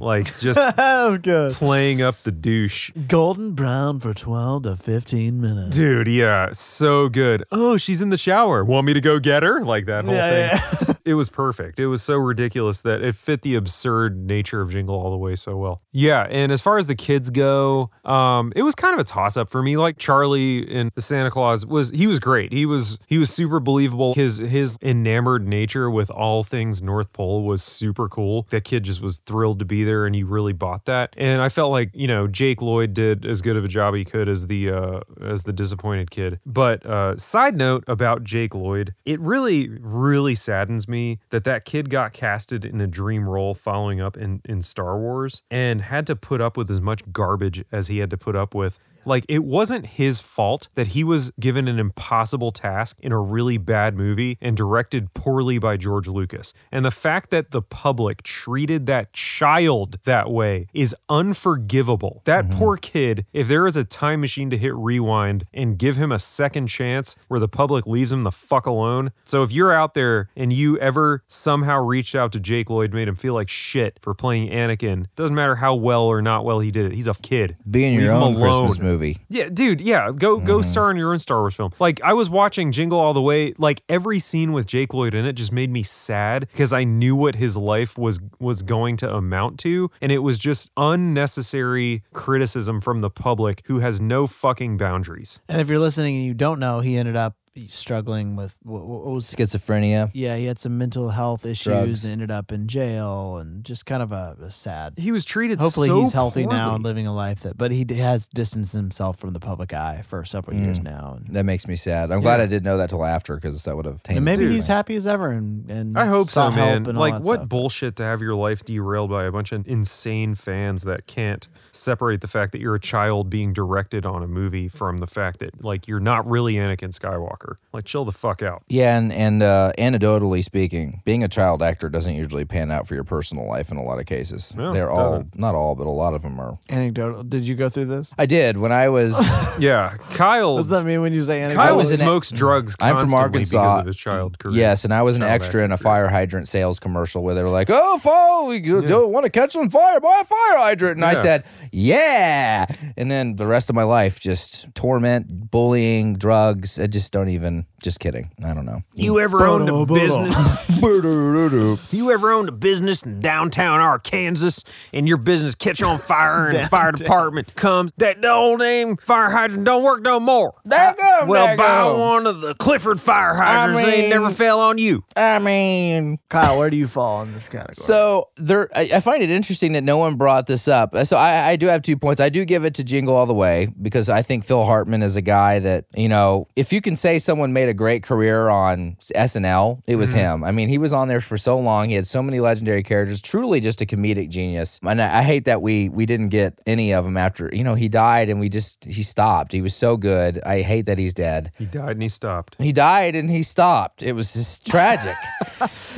B: Like, just
D: Oh good.
B: playing up the douche.
D: Golden brown for twelve to fifteen minutes.
B: Dude, yeah, so good. Oh, she's in the shower. Want me to go get her? Like that whole thing.
D: Yeah,
B: it was perfect. It was so ridiculous that it fit the absurd nature of Jingle All the Way so well. Yeah, and as far as the kids go, um, it was kind of a toss up for me. Like Charlie in the Santa Claus was he was great. He was he was super believable. His his enamored nature with all things North Pole was super cool. That kid just was thrilled to be there, and he really bought that. And I felt like you know Jake Lloyd did as good of a job he could as the uh, as the disappointed kid. But uh, side note about Jake Lloyd, it really really saddens me that that kid got casted in a dream role following up in in Star Wars and had to put up with as much garbage as he had to put up with. Like it wasn't his fault that he was given an impossible task in a really bad movie and directed poorly by George Lucas. And the fact that the public treated that child that way is unforgivable. That
C: Mm-hmm.
B: poor kid, if there is a time machine to hit rewind and give him a second chance where the public leaves him the fuck alone. So if you're out there and you ever somehow reached out to Jake Lloyd made him feel like shit for playing Anakin. Doesn't matter how well or not well he did it. He's a kid.
C: Be in
B: Leave
C: your
B: him
C: own
B: alone.
C: Christmas movie.
B: Yeah, dude. Yeah, go go star in your own Star Wars film. Like I was watching Jingle All the Way. Like every scene with Jake Lloyd in it just made me sad because I knew what his life was was going to amount to, and it was just unnecessary criticism from the public who has no fucking boundaries.
D: And if you're listening and you don't know, he ended up struggling with what, what was.
C: Schizophrenia.
D: Yeah, he had some mental health issues
C: Drugs.
D: and ended up in jail and just kind of a, a sad.
B: He was treated.
D: Hopefully
B: so
D: he's healthy now
B: poorly.
D: and living a life that, but he d- has distanced himself from the public eye for several years
B: Mm.
D: now. And,
C: That makes me sad. I'm glad I didn't know that till after because that would have tainted.
D: and maybe
C: it.
D: he's happy as ever. And, and
B: I hope so,
D: sought help
B: man.
D: and all
B: Like,
D: that
B: what
D: stuff.
B: bullshit to have your life derailed by a bunch of insane fans that can't separate the fact that you're a child being directed on a movie from the fact that, like, you're not really Anakin Skywalker. Like, chill the fuck out.
C: Yeah, and and uh, anecdotally speaking, being a child actor doesn't usually pan out for your personal life in a lot of cases.
B: No,
C: They're
B: it
C: all
B: doesn't.
C: not all, but a lot of them are.
D: Anecdotal. Did you go through this?
C: I did when I was.
B: Yeah, Kyle.
D: What does that mean when you say anecdotal?
B: Kyle
C: was an-
B: smokes drugs
C: I'm from
B: constantly because
C: Arkansas.
B: of his child career.
C: yes, and I was an
B: Child
C: extra in a
B: actor.
C: fire hydrant sales commercial where they were like, "Oh, fall, you don't want to catch on fire by a fire hydrant," and I
B: Yeah.
C: said, "Yeah," and then the rest of my life just torment, bullying, drugs. I just don't even. Just kidding. I don't know.
G: You ever owned a business?
C: That's
B: Uh,
G: You ever owned a business in downtown Arkansas and your business catch on fire and the fire department comes? That the old name fire hydrant don't work no more.
C: Daggum,
G: Well, buy
C: daggum.
G: one of the Clifford fire hydrants. they ain't never
C: mean-
G: fell on you.
C: I mean,
D: Kyle, where do you fall in this category?
C: So there, I, I find it interesting that no one brought this up. So I, I do have two points. I do give it to Jingle All the Way because I think Phil Hartman is a guy that you know, if you can say someone made a great career on SNL, it was him. I mean, he was on there for so long. He had so many legendary characters. Truly, just a comedic genius. And I, I hate that we we didn't get any of them after you know he died and we just he stopped. He was so good. I hate that he's dead.
B: He died and he stopped.
C: He died and he stopped. It was just tragic.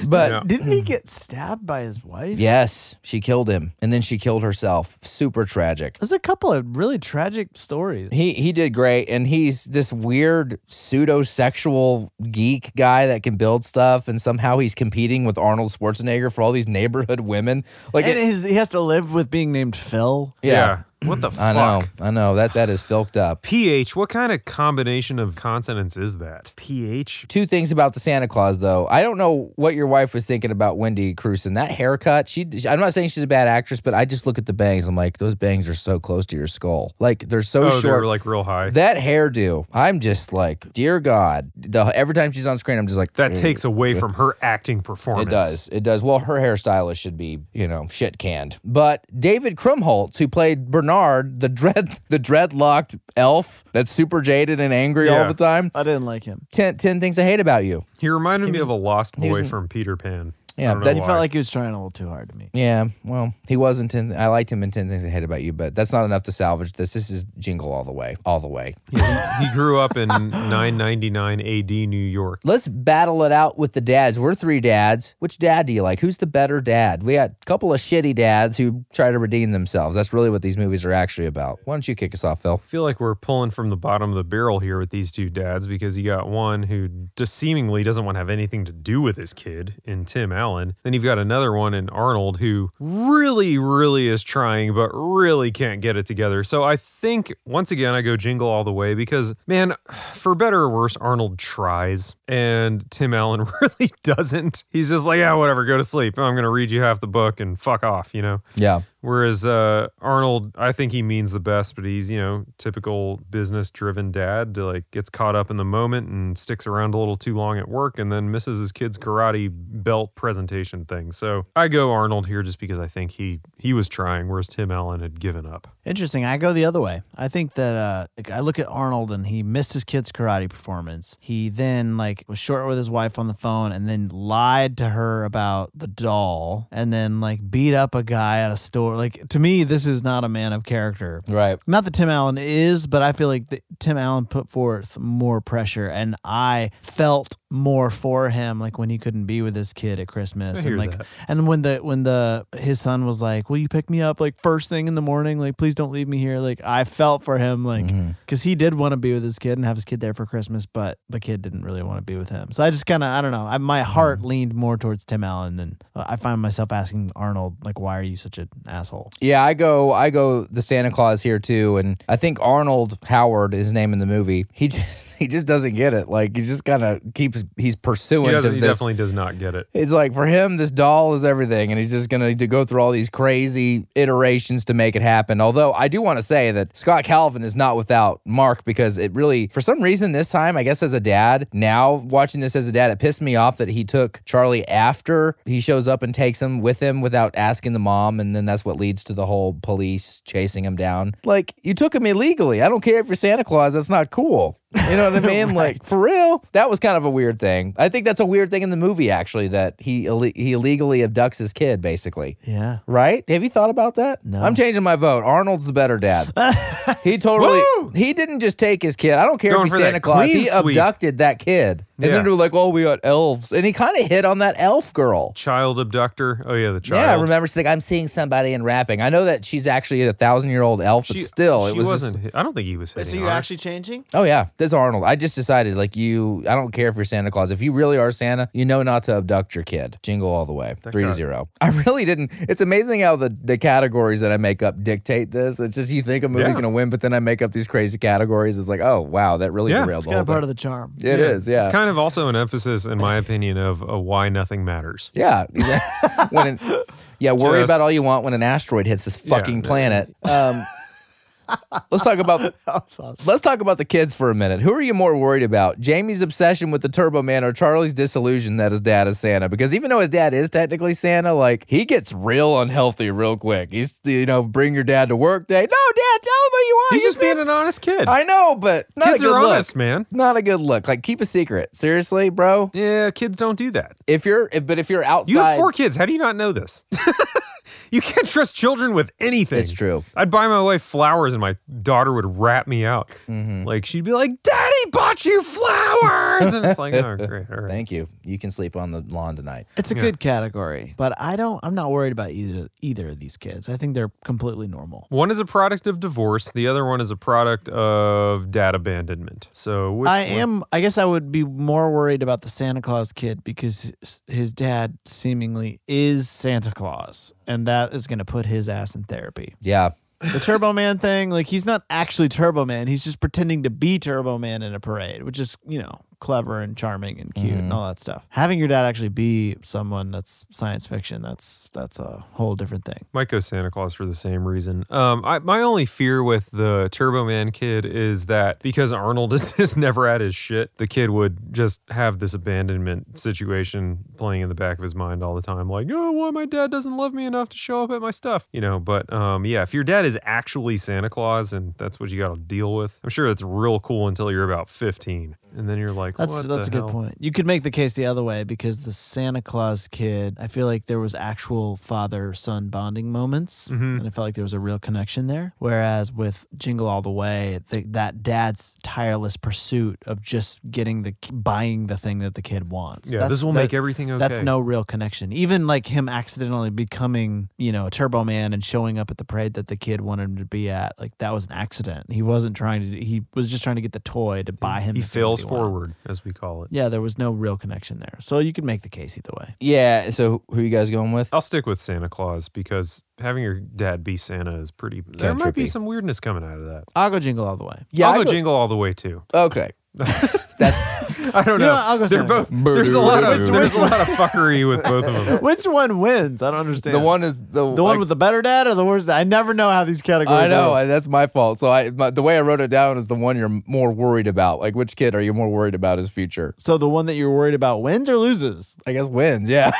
C: but
D: Didn't he get stabbed by his wife?
C: Yes, she killed him, and then she killed herself. Super tragic.
D: There's a couple of really tragic stories.
C: He he did great, and he's this weird pseudo sexual geek guy that can build stuff, and somehow he's competing with Arnold Schwarzenegger for all these neighborhood women. Like,
D: And
C: it-
D: his, he has to live with being named Phil.
C: yeah,
B: What the
C: I
B: fuck?
C: know, I know that that is filked up.
B: PH, what kind of combination of consonants is that? PH?
C: Two things about the Santa Claus though. I don't know what your wife was thinking about Wendy Crewson. That haircut, she I'm not saying she's a bad actress, but I just look at the bangs. I'm like, those bangs are so close to your skull. Like they're so
B: Oh,
C: short.
B: they were like real high. That,
C: That hairdo, I'm just like, dear God. The, every time she's on screen, I'm just like, "Mm."
B: takes away from her acting performance.
C: It does. It does. Well, her hairstylist should be, you know, shit canned. But David Krumholtz, who played Bernard, the dread, the dreadlocked elf that's super jaded and angry all
B: Yeah.
C: the time.
D: I didn't like him.
C: 10, 10 things I hate about you.
B: He reminded me of a lost boy
C: was-
B: from Peter Pan.
C: Yeah,
B: I don't know
C: that-
D: He
B: why.
D: felt like he was trying a little too hard to me.
C: Yeah. Well, he wasn't in. I liked him in Ten Things I Hate About You, but that's not enough to salvage this. This is jingle all the way, all the way.
B: he grew up in 999 AD New York.
C: Let's battle it out with the dads. We're three dads. Which dad do you like? Who's the better dad? We got a couple of shitty dads who try to redeem themselves. That's really what these movies are actually about. Why don't you kick us off, Phil?
B: I feel like we're pulling from the bottom of the barrel here with these two dads because you got one who just seemingly doesn't want to have anything to do with his kid in Tim Allen. Then you've got another one in Arnold who really, really is trying, but really can't get it together. So I think, once again, I go jingle all the way because, man, for better or worse, Arnold tries and Tim Allen really doesn't. He's just like, yeah, whatever, go to sleep. I'm going to read you half the book and fuck off, you know?
C: Yeah.
B: Whereas uh, Arnold, I think he means the best, but he's you know typical business-driven dad. To like gets caught up in the moment and sticks around a little too long at work, and then misses his kid's karate belt presentation thing. So I go Arnold here just because I think he he was trying, whereas Tim Allen had given up.
D: Interesting. I go the other way. I think that uh, like, I look at Arnold and he missed his kid's karate performance. He then like was short with his wife on the phone and then lied to her about the doll and then like beat up a guy at a store. Like to me, this is not a man of character.
C: Right.
D: Not that Tim Allen is, but I feel like that Tim Allen put forth more pressure, and I felt more for him like when he couldn't be with his kid at
B: I
D: Christmas and
B: hear
D: like
B: that.
D: and when the when the his son was like will you pick me up like first thing in the morning like please don't leave me here like I felt for him like
B: Mm-hmm.
D: cuz he did want to be with his kid and have his kid there for Christmas but the kid didn't really want to be with him so I just kind of I don't know I, my heart
B: Mm-hmm.
D: leaned more towards Tim Allen than uh, I find myself asking Arnold like why are you such an asshole
C: Yeah, I go I go the Santa Claus here too, and I think Arnold Howard, his name in the movie, he just he just doesn't get it. Like he just kind of keeps he's
B: He,
C: pursuing
B: doesn't-
C: this.
B: he definitely does not get it.
C: It's like for him, this doll is everything, and he's just gonna do- go through all these crazy iterations to make it happen. Although I do want to say that Scott Calvin is not without Mark because it really, for some reason, this time I guess as a dad, now watching this as a dad, it pissed me off that he took Charlie after he shows up and takes him with him without asking the mom, and then that's what leads to the whole police chasing him down. Like you took him illegally. I don't care if you're Santa Claus. That's not cool. You know what I mean? Like for real, that was kind of a weird thing. I think that's a weird thing in the movie actually that he Ill- he illegally abducts his kid basically.
D: yeah
C: Right? Have you thought about that? No. I'm changing my vote. Arnold's the better dad. he totally he didn't just take his kid. I don't care
B: Going
C: if he's
B: for that
C: Santa Claus.
B: clean
C: He
B: sweep.
C: abducted that kid. And
B: Yeah.
C: then they were like, "Oh, we got elves." And he kind of hit on that elf girl.
B: Child abductor. Oh yeah, the child.
C: Yeah, I remember she's like, I'm seeing somebody and rapping. I know that she's actually a thousand year old elf, but
B: She-
C: still,
B: she
C: it was. just-
B: wasn't. hit- I don't think he was. hitting on her.
D: changing
C: oh, yeah, this Arnold. I just decided, like, you, I don't care if you're Santa Claus. If you really are Santa, you know not to abduct your kid. Jingle all the way, three to
B: God.
C: zero. I really didn't. It's amazing how the, the categories that I make up dictate this. It's just you think a movie's
B: Yeah.
C: going to win, but then I make up these crazy categories. It's like, oh, wow, that really
B: Yeah,
C: derailed
D: it's
C: the
D: kind
C: whole
D: of part
C: thing.
D: of the charm
C: It is, yeah.
B: It's kind of also an emphasis, in my opinion, of uh why nothing matters.
C: Yeah. yeah. when an, yeah, worry
B: Just-
C: about all you want when an asteroid hits this fucking
B: yeah.
C: planet. Um, let's talk about let's talk about the kids for a minute. Who are you more worried about? Jamie's obsession with the Turbo Man or Charlie's disillusion that his dad is Santa? Because even though his dad is technically Santa, like he gets real unhealthy real quick. He's you know bring your dad to work day. No, dad, tell him who you are.
B: He's
C: You
B: just being
C: said-
B: an honest kid.
C: I know, but not
B: Kids
C: a good
B: are
C: look.
B: honest, man.
C: Not a good look. Like keep a secret. Seriously, bro.
B: Yeah, kids don't do that.
C: If you're, if, but if you're outside,
B: You have four kids. How do you not know this? you can't trust children with anything.
C: It's true.
B: I'd buy my wife flowers and my daughter would rat me out.
C: Mm-hmm.
B: Like, she'd be like, Daddy bought you flowers. And it's like, oh, great. All right.
C: Thank you. You can sleep on the lawn tonight.
D: It's a good category, but I don't. I'm not worried about either either of these kids. I think they're completely normal.
B: One is a product of divorce, the other one is a product of dad abandonment. So, which
D: I
B: one-
D: am. I guess I would be more worried about the Santa Claus kid because his- his dad seemingly is Santa Claus, and that is going to put his ass in therapy.
C: Yeah.
D: The Turbo Man thing, like he's not actually Turbo Man. He's just pretending to be Turbo Man in a parade, which is you know clever and charming and cute and all that stuff. Having your dad actually be someone that's science fiction, that's that's a whole different thing.
B: Might go Santa Claus for the same reason. Um, I, my only fear with the Turbo Man kid is that because Arnold is, is never at his shit, the kid would just have this abandonment situation playing in the back of his mind all the time. Like, oh, why my dad doesn't love me enough to show up at my stuff, you know. But um, yeah, if your dad is actually Santa Claus and that's what you got to deal with, I'm sure that's real cool until you're about 15, and then you're like,
D: That's
B: what
D: that's a
B: the
D: good
B: hell?
D: point. You could make the case the other way because the Santa Claus kid, I feel like there was actual father son bonding moments,
B: Mm-hmm.
D: and I felt like there was a real connection there. Whereas with Jingle All the Way, the, that dad's tireless pursuit of just getting the buying the thing that the kid wants.
B: Yeah, this will make everything okay.
D: That's no real connection. Even like him accidentally becoming, you know, a Turbo Man and showing up at the parade that the kid wanted him to be at, like that was an accident. He wasn't trying to. He was just trying to get the toy to buy him.
B: He
D: the thing that
B: fails
D: wanted.
B: forward, as we call it.
D: Yeah, there was no real connection there. So you could make the case either way.
C: Yeah. So who are you guys going with?
B: I'll stick with Santa Claus because having your dad be Santa is pretty. there might be
C: trippy.
B: some weirdness coming out of that.
D: I'll go jingle all the way.
C: Yeah.
B: I'll
C: I
B: go,
C: go-
B: jingle all the way too.
C: Okay.
B: I don't know.
D: know what, I'll go
B: They're
D: Santa
B: both. There's a lot of there's a lot of fuckery with both of them.
D: Which one wins? I don't understand.
C: The one is the,
D: the one with the better dad or the worst dad? I never know how these categories.
C: I know
D: Are.
C: I, that's my fault. So I my, the way I wrote it down is the one you're more worried about. Like which kid are you more worried about his future?
D: So the one that you're worried about wins or loses?
C: I guess wins. Yeah.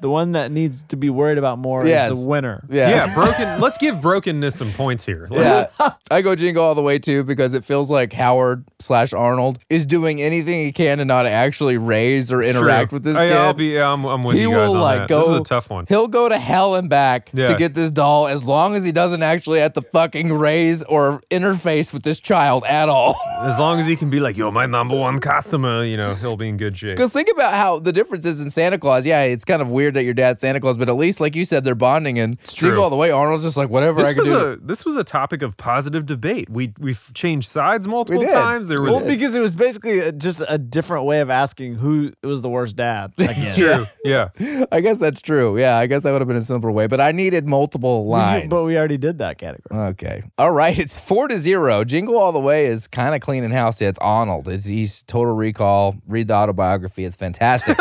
D: The one that needs to be worried about more
C: Yes.
D: is the winner.
B: Yeah, broken. let's give brokenness some points here.
C: Yeah. I go jingle all the way too because it feels like Howard slash Arnold is doing anything he can to not actually raise or
B: It's
C: interact
B: true.
C: with this
B: I,
C: kid.
B: I'll be. yeah, I'm, I'm with
C: he
B: you guys
C: will
B: on
C: like
B: that.
C: go.
B: this is a tough one.
C: He'll go to hell and back to
B: Yeah.
C: get this doll as long as he doesn't actually have to fucking raise or interface with this child at all.
B: As long as he can be like, "Yo, my number one customer," you know, he'll be in good shape.
C: Because think about how the difference is in Santa Claus. Yeah, it's kind of weird that your dad's Santa Claus, but at least like you said, they're bonding and
B: true.
C: jingle all the way. Arnold's just like whatever I
B: This
C: can
B: was
C: do. to-
B: a this was a topic of positive debate. We we've changed sides multiple
C: did.
B: times. There was
D: Well, because it was basically uh, just a different way of asking who was the worst dad. Again.
B: true. Yeah.
C: I guess that's true. Yeah, I guess that would have been a simpler way, but I needed multiple lines.
D: But we already did that category.
C: Okay. All right. It's four to zero. Jingle All the Way is kind of cleaning house. It's Arnold. It's he's total recall. Read the autobiography. It's fantastic.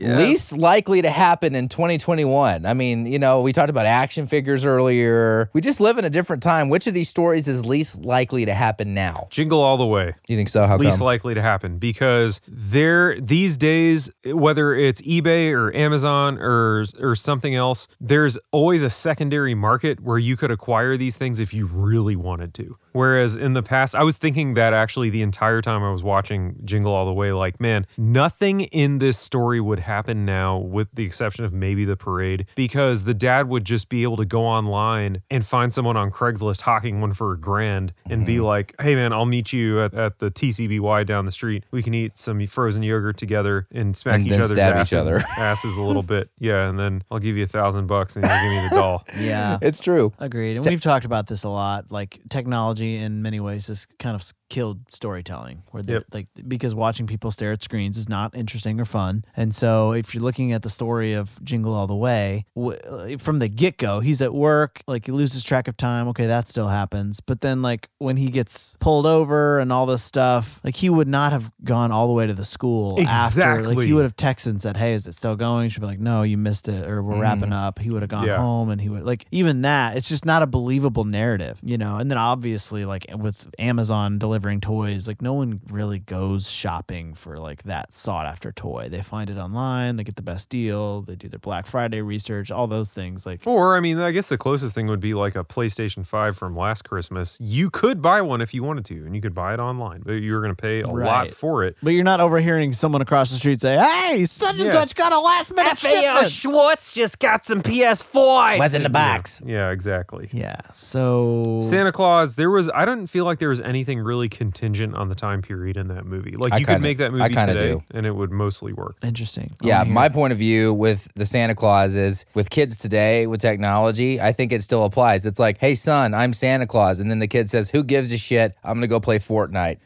C: Least likely to happen in 2021. I mean, you know, we talked about action figures earlier. We just live in a different time. Which of these stories is least likely to happen now?
B: Jingle all the way.
C: You think so? How
B: least
C: come?
B: likely to happen because there these days whether it's ebay or amazon or or something else there's always a secondary market where you could acquire these things if you really wanted to whereas in the past i was thinking that actually the entire time i was watching jingle all the way like man nothing in this story would happen now with the exception of maybe the parade because the dad would just be able to go online and find someone on craigslist hawking one for a grand and
C: Mm-hmm.
B: be like hey man i'll meet you at, at the tcby down the street we can eat some frozen yogurt together and smack
C: And
B: each
C: then
B: other's
C: stab
B: ass-
C: each other.
B: asses a little bit yeah and then i'll give you a thousand bucks and you'll give me the doll
D: Yeah.
C: It's true.
D: Agreed. And we've talked about this a lot. Like technology in many ways has kind of s- killed storytelling where they're
B: Yep.
D: like because watching people stare at screens is not interesting or fun. And so if you're looking at the story of Jingle All the Way, w- uh, from the get-go, he's at work, like he loses track of time. Okay, that still happens. But then like when he gets pulled over and all this stuff, like he would not have gone all the way to the school after like
B: Exactly.
D: he would have texted and said, "Hey, is it still going?" She'd be like, "No, you missed it or we're wrapping up." He would have gone
B: Mm. Yeah.
D: home and he would like even that it's just not a believable narrative you know and then obviously like with amazon delivering toys like no one really goes shopping for like that sought after toy they find it online they get the best deal they do their black friday research all those things like
B: Or, I mean, I guess the closest thing would be like a PlayStation 5 from last Christmas. You could buy one if you wanted to, and you could buy it online, but you were going to pay a lot
D: Right.
B: for it.
D: but you're not overhearing someone across the street say hey such and
B: Yeah.
D: such got a last minute shipment
H: Schwartz just got some PS5.
C: Was in the box.
B: Yeah, exactly.
D: yeah so
B: Santa Claus, there was, I didn't feel like there was anything really contingent on the time period in that movie. Like,
C: I
B: you
C: kinda-
B: could make that
C: I
B: movie
C: kinda
B: today,
C: do.
B: and it would mostly work.
D: interesting I
C: Yeah,
D: wanna hear
C: my
D: it.
C: point of view with the Santa Claus is with kids today with technology, I think it still applies. It's like, hey, son, I'm Santa Claus. And then the kid says, who gives a shit? I'm going to go play Fortnite.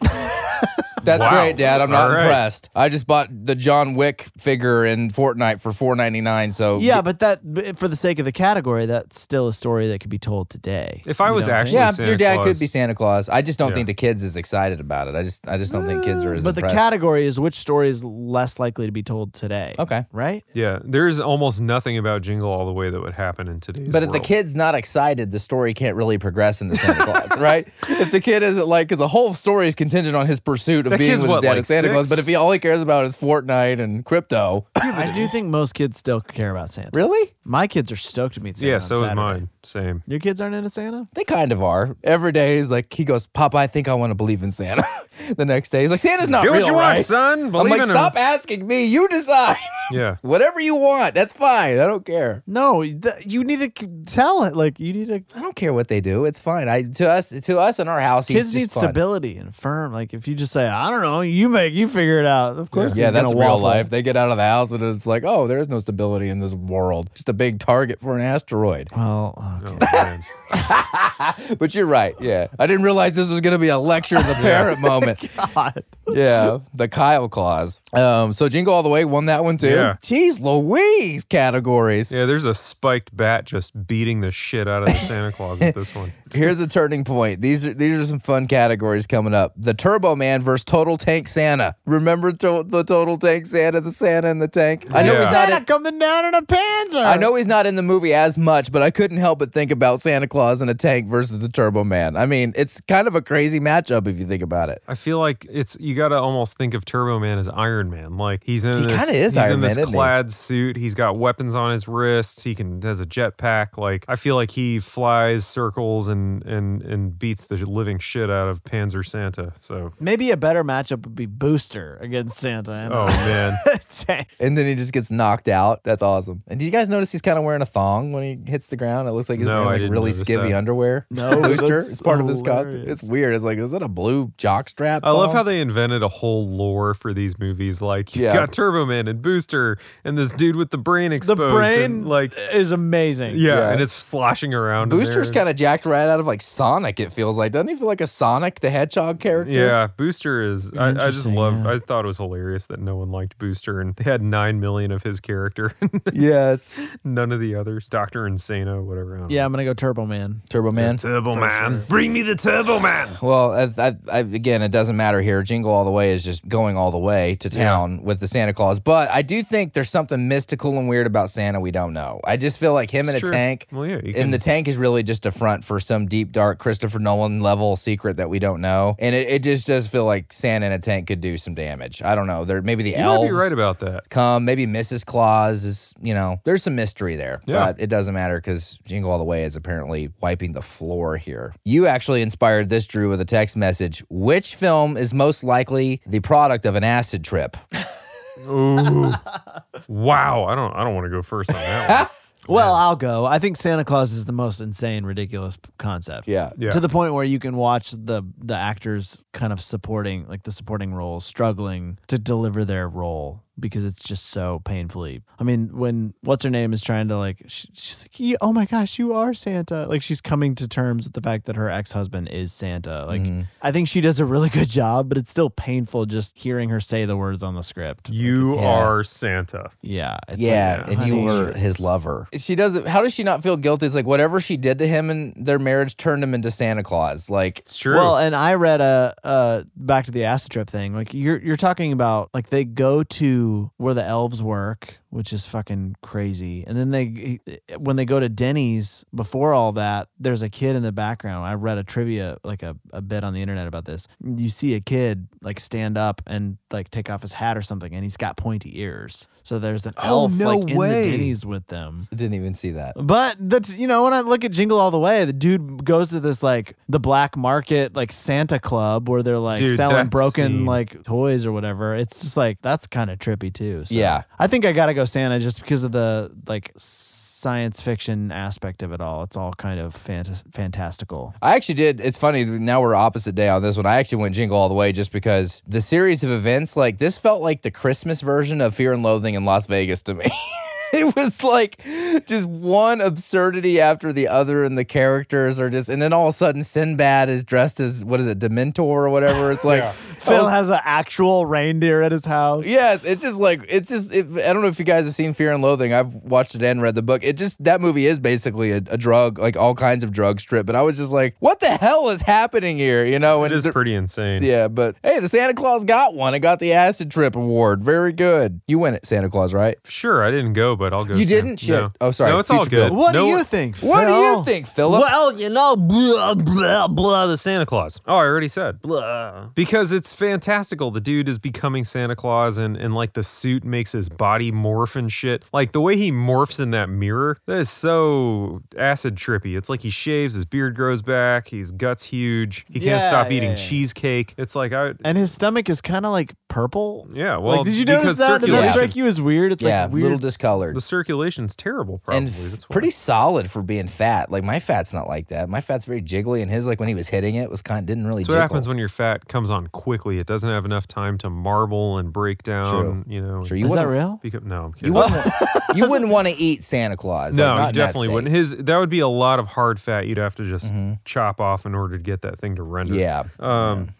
C: That's
B: Wow.
C: great, Dad. I'm not
B: All right.
C: impressed. I just bought the John Wick figure in Fortnite for $4.99. So
D: yeah, but that but for the sake of the category, that's still a story that could be told today.
B: If I was actually
C: yeah,
B: Santa
C: your dad
B: Claus,
C: could be Santa Claus. I just don't
B: Yeah.
C: think the kids is excited about it. I just, I just don't think kids are as
D: Uh, But the
C: impressed.
D: category is which story is less likely to be told today.
C: Okay.
D: Right?
B: Yeah, there's almost nothing about Jingle All the Way that would happen in today's
C: But if the
B: world.
C: kid's not excited, the story can't really progress into Santa Claus, right? If the kid isn't like, because the whole story is contingent on his pursuit of
B: That
C: being
B: kid's
C: with
B: what,
C: his dad
B: like
C: at Santa Claus. But
B: six?
C: if he all he cares about is Fortnite and crypto,
D: I do think most kids still care about Santa.
C: really,
D: My kids are stoked to meet Santa.
B: Yeah,
D: on
B: so is
D: Saturday.
B: mine. Same.
D: Your kids aren't into Santa?
C: they kind of are. Every day he's like, he goes, Papa, I think I want to believe in Santa. the next day he's like, Santa's not
B: Do
C: real,
B: what you
C: right?
B: want, son.
C: I'm
B: Believe
C: like,
B: in him.
C: stop asking me. You decide.
B: Yeah.
C: Whatever you want, that's fine. I don't care.
D: No, th- you need to c- tell it. Like you need to.
C: I don't care what they do. It's fine. I to us to us in our house, he's
D: Kids
C: just
D: need
C: fun.
D: stability and firm. Like if you just say, I don't know, you make, you figure it out. Of course,
C: Yeah,
D: he's
C: that's
D: gonna
C: real
D: waffle.
C: life. They get out of the house and it's like, oh, there is no stability in this world. Just a big target for an asteroid.
D: Well, uh, okay.
B: Oh, man.
C: But you're right. Yeah. I didn't realize this was going to be a lecture in the parent
D: Oh
C: moment. Yeah. The Kyle clause. Um, so Jingle All the Way won that one too.
B: Yeah.
C: Jeez Louise categories.
B: Yeah, there's a spiked bat just beating the shit out of the Santa Claus with this one.
C: Here's a turning point. These are these are some fun categories coming up. The Turbo Man versus Total Tank Santa. Remember to- the Total Tank Santa, the Santa in the tank? I know
B: Yeah.
C: he's not in-
D: Santa coming down in a panzer.
C: I know he's not in the movie as much, but I couldn't help but think about Santa Claus in a tank versus the Turbo Man. I mean, it's kind of a crazy matchup if you think about it.
B: I feel like it's you gotta almost think of Turbo Man as Iron Man. Like he's in
C: He
B: this,
C: kinda is
B: he's
C: Iron
B: in
C: Man,
B: this
C: isn't he?
B: clad suit. He's got weapons on his wrists. He can has a jetpack. Like I feel like he flies circles and and and beats the living shit out of Panzer Santa. So
D: Maybe a better matchup would be Booster against Santa. I
B: oh
D: know.
B: man,
C: And then he just gets knocked out. That's awesome. And did you guys notice he's kind of wearing a thong when he hits the ground? It looks like he's
B: No, I
C: wearing like
B: didn't
C: really
B: notice
C: skivvy
B: that.
C: underwear.
D: No,
C: booster.
D: that's
C: It's part of his costume.
D: hilarious.
C: It's weird. It's like, is that a blue jock strap?
B: I love
C: thong?
B: how they invented a whole lore for these movies. Like you
C: Yeah.
B: got Turbo Man and Booster and this dude with the brain
D: the
B: exposed.
D: brain
B: and, like
D: like is amazing.
B: yeah,
C: eh, Yeah.
B: and it's sloshing around. in
C: Booster's
B: there.
C: kind of jacked right out of like Sonic. It feels like doesn't he feel like a Sonic the Hedgehog character?
B: Yeah, Booster is. I, I just
D: Interesting,
B: love.
D: yeah.
B: I thought it was hilarious that no one liked Booster, and they had nine million of his character, and
C: Yes.
B: none of the others. Doctor Insano, whatever. I don't
D: Yeah, I'm gonna go Turbo Man.
C: Turbo Man.
B: know. Turbo Man, bring me the Turbo Man.
C: Well, I, I, I, again, it doesn't matter here. Jingle All the Way is just going all the way to town with the Santa Claus. But I do think there's something mystical and weird about Santa we don't know. I just feel like him in a
B: true.
C: tank.
B: Well, yeah, you can-
C: and the tank is really just a front for some deep, dark Christopher Nolan level secret that we don't know. And it, it just does feel like Santa in a tank could do some damage. I don't know. There maybe the
B: You
C: elves
B: might be right about that.
C: come. Maybe Mrs. Claus is, you know, there's some mystery there,
B: Yeah.
C: but it doesn't matter because Jingle All the Way is apparently wiping the floor here. You actually inspired this, Drew, with a text message. Which film is most likely the product of an acid trip?
B: Ooh. wow, I don't. I don't want to go first on that
D: Well, I'll go. I think Santa Claus is the most insane, ridiculous p- concept.
C: Yeah.
B: Yeah.
D: To the point where you can watch the the actors kind of supporting like the supporting roles struggling to deliver their role because it's just so painfully. I mean, when what's her name is trying to like she, she's like, "Ye- "Oh my gosh, you are Santa." Like she's coming to terms with the fact that her ex-husband is Santa. Like
C: Mm-hmm.
D: I think she does a really good job, but it's still painful just hearing her say the words on the script.
B: one. You
C: Yeah.
B: are Santa.
D: Yeah. It's like,
C: yeah, if you
D: honey,
C: were his lover. She doesn't. How does she not feel guilty? It's like whatever she did to him in their marriage turned him into Santa Claus. Like,
B: It's true.
D: Well, and I read a uh, back to the acid trip thing. Like you're you're talking about like they go to where the elves work, which is fucking crazy. And then they when they go to Denny's before all that, there's a kid in the background. I read a trivia like a, a bit on the internet about this. You see a kid like stand up and like take off his hat or something, and he's got pointy ears. So there's an elf
B: Oh, no
D: like in
B: way.
D: the Denny's with them.
C: I didn't even see that.
D: But the you know when I look at Jingle All the Way, the dude goes to this like the black market like Santa club where they're like
B: Dude,
D: selling
B: that
D: broken
B: scene.
D: like toys or whatever. It's just like that's kind of trippy too. So
C: Yeah.
D: I think I gotta go Santa just because of the like science fiction aspect of it all. It's all kind of fantas- fantastical.
C: I actually did. It's funny. Now we're opposite day on this one. I actually went jingle all the way just because the series of events, like this, felt like the Christmas version of Fear and Loathing in Las Vegas to me. it was like just one absurdity after the other, and the characters are just. And then all of a sudden, Sinbad is dressed as what is it, Dementor or whatever. It's like
D: Phil has an actual reindeer at his house.
C: Yes, it's just like it's just. It, I don't know if you guys have seen Fear and Loathing. I've watched it and read the book. It just that movie is basically a, a drug, like all kinds of drug strip. But I was just like, what the hell is happening here? You know,
B: it
C: and
B: is
C: there-
B: pretty insane.
C: yeah. But hey, the Santa Claus got one. It got the acid trip award. Very good. You win it, Santa Claus, right?
B: Sure, I didn't go, but I'll go.
C: You
B: Sam.
C: didn't? Shit.
B: No.
C: Oh, sorry.
B: No, it's all
C: Future
B: good.
C: Phil.
D: What
B: No
D: do you
B: one-
D: think?
C: What do
D: Phil?
C: you think, Philip?
I: Well, you know, blah, blah, blah, the Santa Claus.
B: Oh, I already said.
I: Blah.
B: Because it's fantastical. The dude is becoming Santa Claus and, and like the suit makes his body morph and shit. Like the way he morphs in that mirror, that is so acid trippy. It's like he shaves, his beard grows back, his gut's huge, he can't
D: Yeah,
B: stop
D: yeah,
B: eating
D: yeah.
B: cheesecake. It's like I
D: And his stomach is kind of like purple.
B: Yeah, well,
D: like, did you
B: because
D: notice that? Did that
B: circulation-
D: strike you as weird? It's
C: yeah,
D: like weird.
C: little discolored.
B: the circulation's terrible probably.
C: and
B: That's
C: f-
B: why.
C: pretty solid for being fat. Like my fat's not like that. My fat's very jiggly, and his like when he was hitting it was kind didn't really.
B: That's
C: jiggle.
B: what happens when your fat comes on quickly. It doesn't have enough time to marble and break down, you know.
C: Sure,
B: and
C: you
D: is that
C: wouldn't-
D: real?
B: become- no, I'm kidding.
C: You wouldn't. you wouldn't want to eat Santa Claus. like,
B: No,
C: not
B: you
C: in that
B: definitely
C: state. Mm-hmm.
B: wouldn't. His that would be a lot of hard fat you'd have to just chop off in order to get that thing to render.
C: Yeah,
B: Um,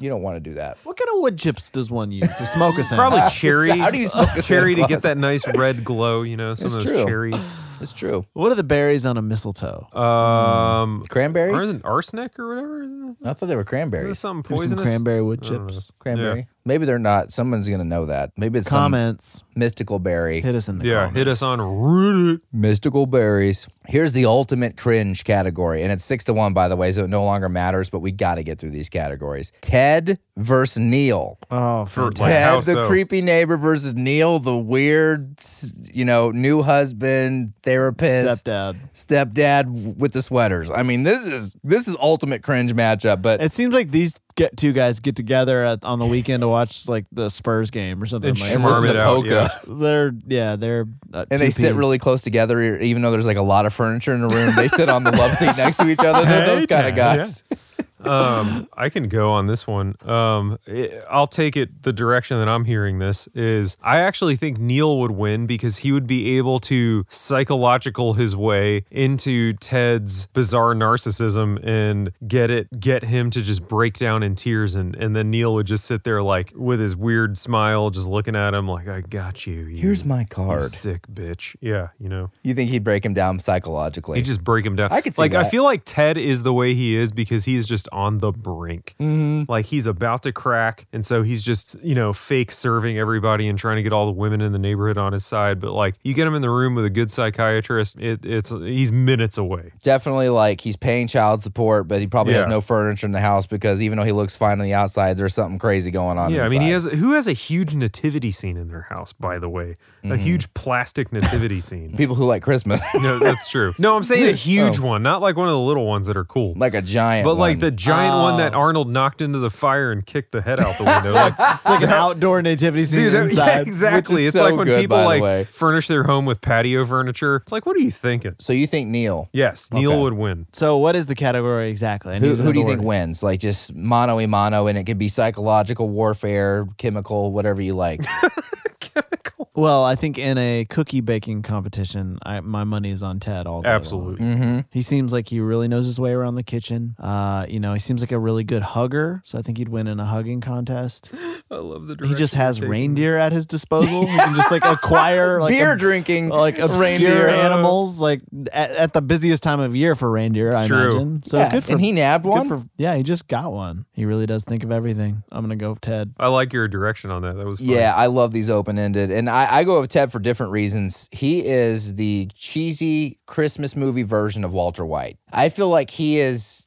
C: you don't want to do that.
D: What kind of wood chips does one use to smoke a Ah. sandwich?
B: probably cherry.
C: How do you smoke a Santa
B: cherry to
C: Claus?
B: get that nice red glow? You know, some
C: It's
B: of those
C: true.
B: cherry.
C: It's true.
D: What are the berries on a mistletoe?
B: Um,
C: Cranberries?
B: aren't arsenic or whatever? Isn't
C: I thought they were
B: there
C: cranberries.
B: something
D: There's some
B: poisonous?
D: cranberry wood
B: I don't know.
D: chips.
C: Cranberry. Maybe they're not. Someone's gonna know that. Maybe it's
D: Comments.
C: some mystical berry.
D: Hit us in the
B: Yeah,
D: comments.
B: hit us on Reddit.
C: Mystical berries. Here's the ultimate cringe category, and it's six to one, by the way, so it no longer matters. But we got to get through these categories. Ted versus Neil.
D: Oh,
B: For like, how
C: Ted, the
B: so?
C: creepy neighbor, versus Neil, the weird, s- you know, new husband, therapist,
D: stepdad.
C: stepdad, with the sweaters. I mean, this is this is ultimate cringe matchup. But
D: It seems like these get two guys get together at, on the weekend to watch like the Spurs game or something.
B: And
D: like
B: schmarm
C: and listen
B: it
C: to
B: out,
C: polka.
B: yeah.
D: They're yeah, they're uh,
C: and
D: two
C: they sit
D: peas.
C: really close together, e- even though there's like a lot of furniture in the room. They sit on the love seat next to each other. They're
B: Hey,
C: those kind of
B: Ted,
C: guys.
B: um, I can go on this one. Um, it- I'll take it the direction that I'm hearing this is I actually think Neil would win because he would be able to psychological his way into Ted's bizarre narcissism and get it get him to just break down in tears and and then Neil would just sit there like with his weird smile just looking at him like I got you. you
C: Here's my
B: you
C: card.
B: sick bitch. Yeah, you know.
C: You think he'd break him down psychologically?
B: He just break him down.
C: I could see
B: like I
C: that.
B: feel like Ted is the way he is because he's just on the brink.
C: Mm-hmm.
B: Like he's about to crack, and so he's just you know fake serving everybody and trying to get all the women in the neighborhood on his side. But like you get him in the room with a good psychiatrist, it, it's he's minutes away.
C: Definitely like he's paying child support, but he probably has
B: Yeah.
C: no furniture in the house because even though he looks fine on the outside, there's something crazy going on.
B: Yeah, I mean
C: inside.
B: he has who has a huge nativity scene in their house, by the way,
C: Mm-hmm.
B: a huge plastic nativity scene.
C: people who like Christmas,
B: No, that's true. No, I'm
C: Oh.
B: saying a huge one, not like one of the little ones that are cool.
C: like a giant.
B: But like
C: one.
B: the giant one that Arnold knocked into the fire and kicked the head out the window. Like,
D: It's like an outdoor nativity scene
B: dude, that-
D: inside.
B: yeah, exactly.
C: is
B: it's
C: so
B: like when
C: good,
B: people
C: by the
B: like
C: way.
B: furnish their home with patio furniture. It's like, what are you thinking?
C: So you think Neil?
B: Yes, Neil
C: Okay.
B: would win.
D: So what is the category exactly? I
C: Who,
D: need
C: who do you
D: another
C: think
D: word.
C: wins? Like just mono y mono, and it could be psychological warfare, chemical, whatever you like.
D: Well, I think in a cookie baking competition, I, my money is on Ted all day. long.
B: Absolutely.
C: mm-hmm.
D: He seems like he really knows his way around the kitchen. Uh, you know, he seems like a really good hugger, so I think he'd win in a hugging contest.
B: I love the.
D: He just has reindeer at his disposal. He can just like acquire like
C: Beer
D: ob-
C: drinking,
D: like obscure
C: reindeer.
D: animals, like at, at the busiest time of year for reindeer. I
B: true.
D: imagine. So
C: yeah,
D: good for
C: and he nabbed
D: good
C: one.
D: for yeah. He just got one. He really does think of everything. I'm gonna go Ted.
B: I like your direction on that. That was fun.
C: Yeah, I love these open ended. And I, I go with Ted for different reasons. He is the cheesy Christmas movie version of Walter White. I feel like he is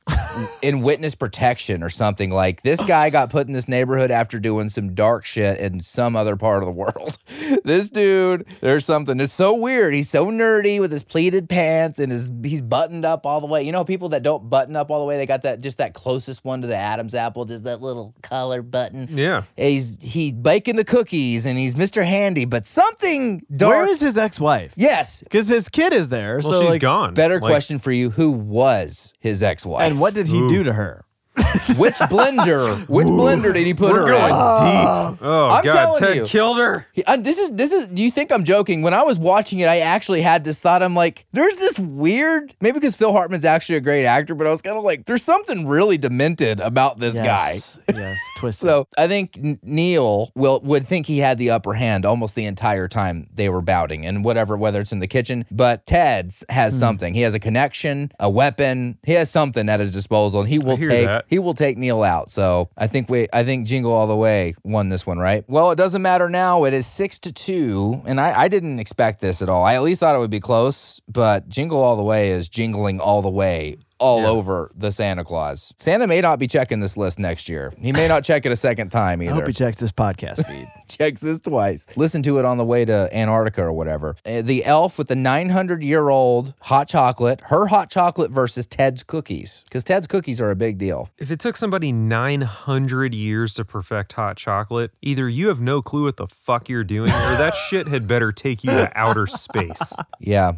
C: in witness protection or something. Like this guy got put in this neighborhood after doing some dark shit in some other part of the world. this dude, there's something. It's so weird. He's so nerdy with his pleated pants and his he's buttoned up all the way. You know, people that don't button up all the way, they got that just that closest one to the Adam's apple, just that little collar button.
B: Yeah.
C: Eh, He's he's baking the cookies and he's Mr. Handy, but something dark.
D: Where is his ex-wife?
C: yes?
D: Because his kid is there.
B: Well,
D: so
B: she's
D: like,
B: gone.
C: Better
B: Like,
C: question for you: Who was his ex-wife?
D: And what did he do to her?
C: Which blender? Which blender did he put
B: We're
C: her
B: going
C: in?
D: Uh,
B: deep. Oh
C: I'm
B: God,
C: telling
B: Ted
C: you.
B: killed her.
C: He- uh, this is this is. Do you think I'm joking? When I was watching it, I actually had this thought. I'm like, there's this weird. Maybe because Phil Hartman's actually a great actor, but I was kind of like, there's something really demented about this guy.
D: guy. Yes, twisted.
C: So I think N- Neil will would think he had the upper hand almost the entire time they were bouting and whatever, whether it's in the kitchen. But Ted's has
B: Hmm.
C: something. He has a connection, a weapon. He has something at his disposal, and he will
B: hear
C: take
B: that.
C: he will take Neil out. So I think we I think Jingle All the Way won this one, right? Well, it doesn't matter now. It is six to two, and I, I didn't expect this at all. I at least thought it would be close, but Jingle All the Way is jingling all the way all over the Santa Claus. Santa may not be checking this list next year. He may not check it a second time
D: I
C: either.
D: hope he checks this podcast feed.
C: checks this twice. Listen to it on the way to Antarctica or whatever. Uh, The elf with the 900 year old hot chocolate, her hot chocolate versus Ted's cookies, because Ted's cookies are a big deal.
B: If it took somebody 900 years to perfect hot chocolate, either you have no clue what the fuck you're doing, or that shit had better take you to outer space.
C: Yeah.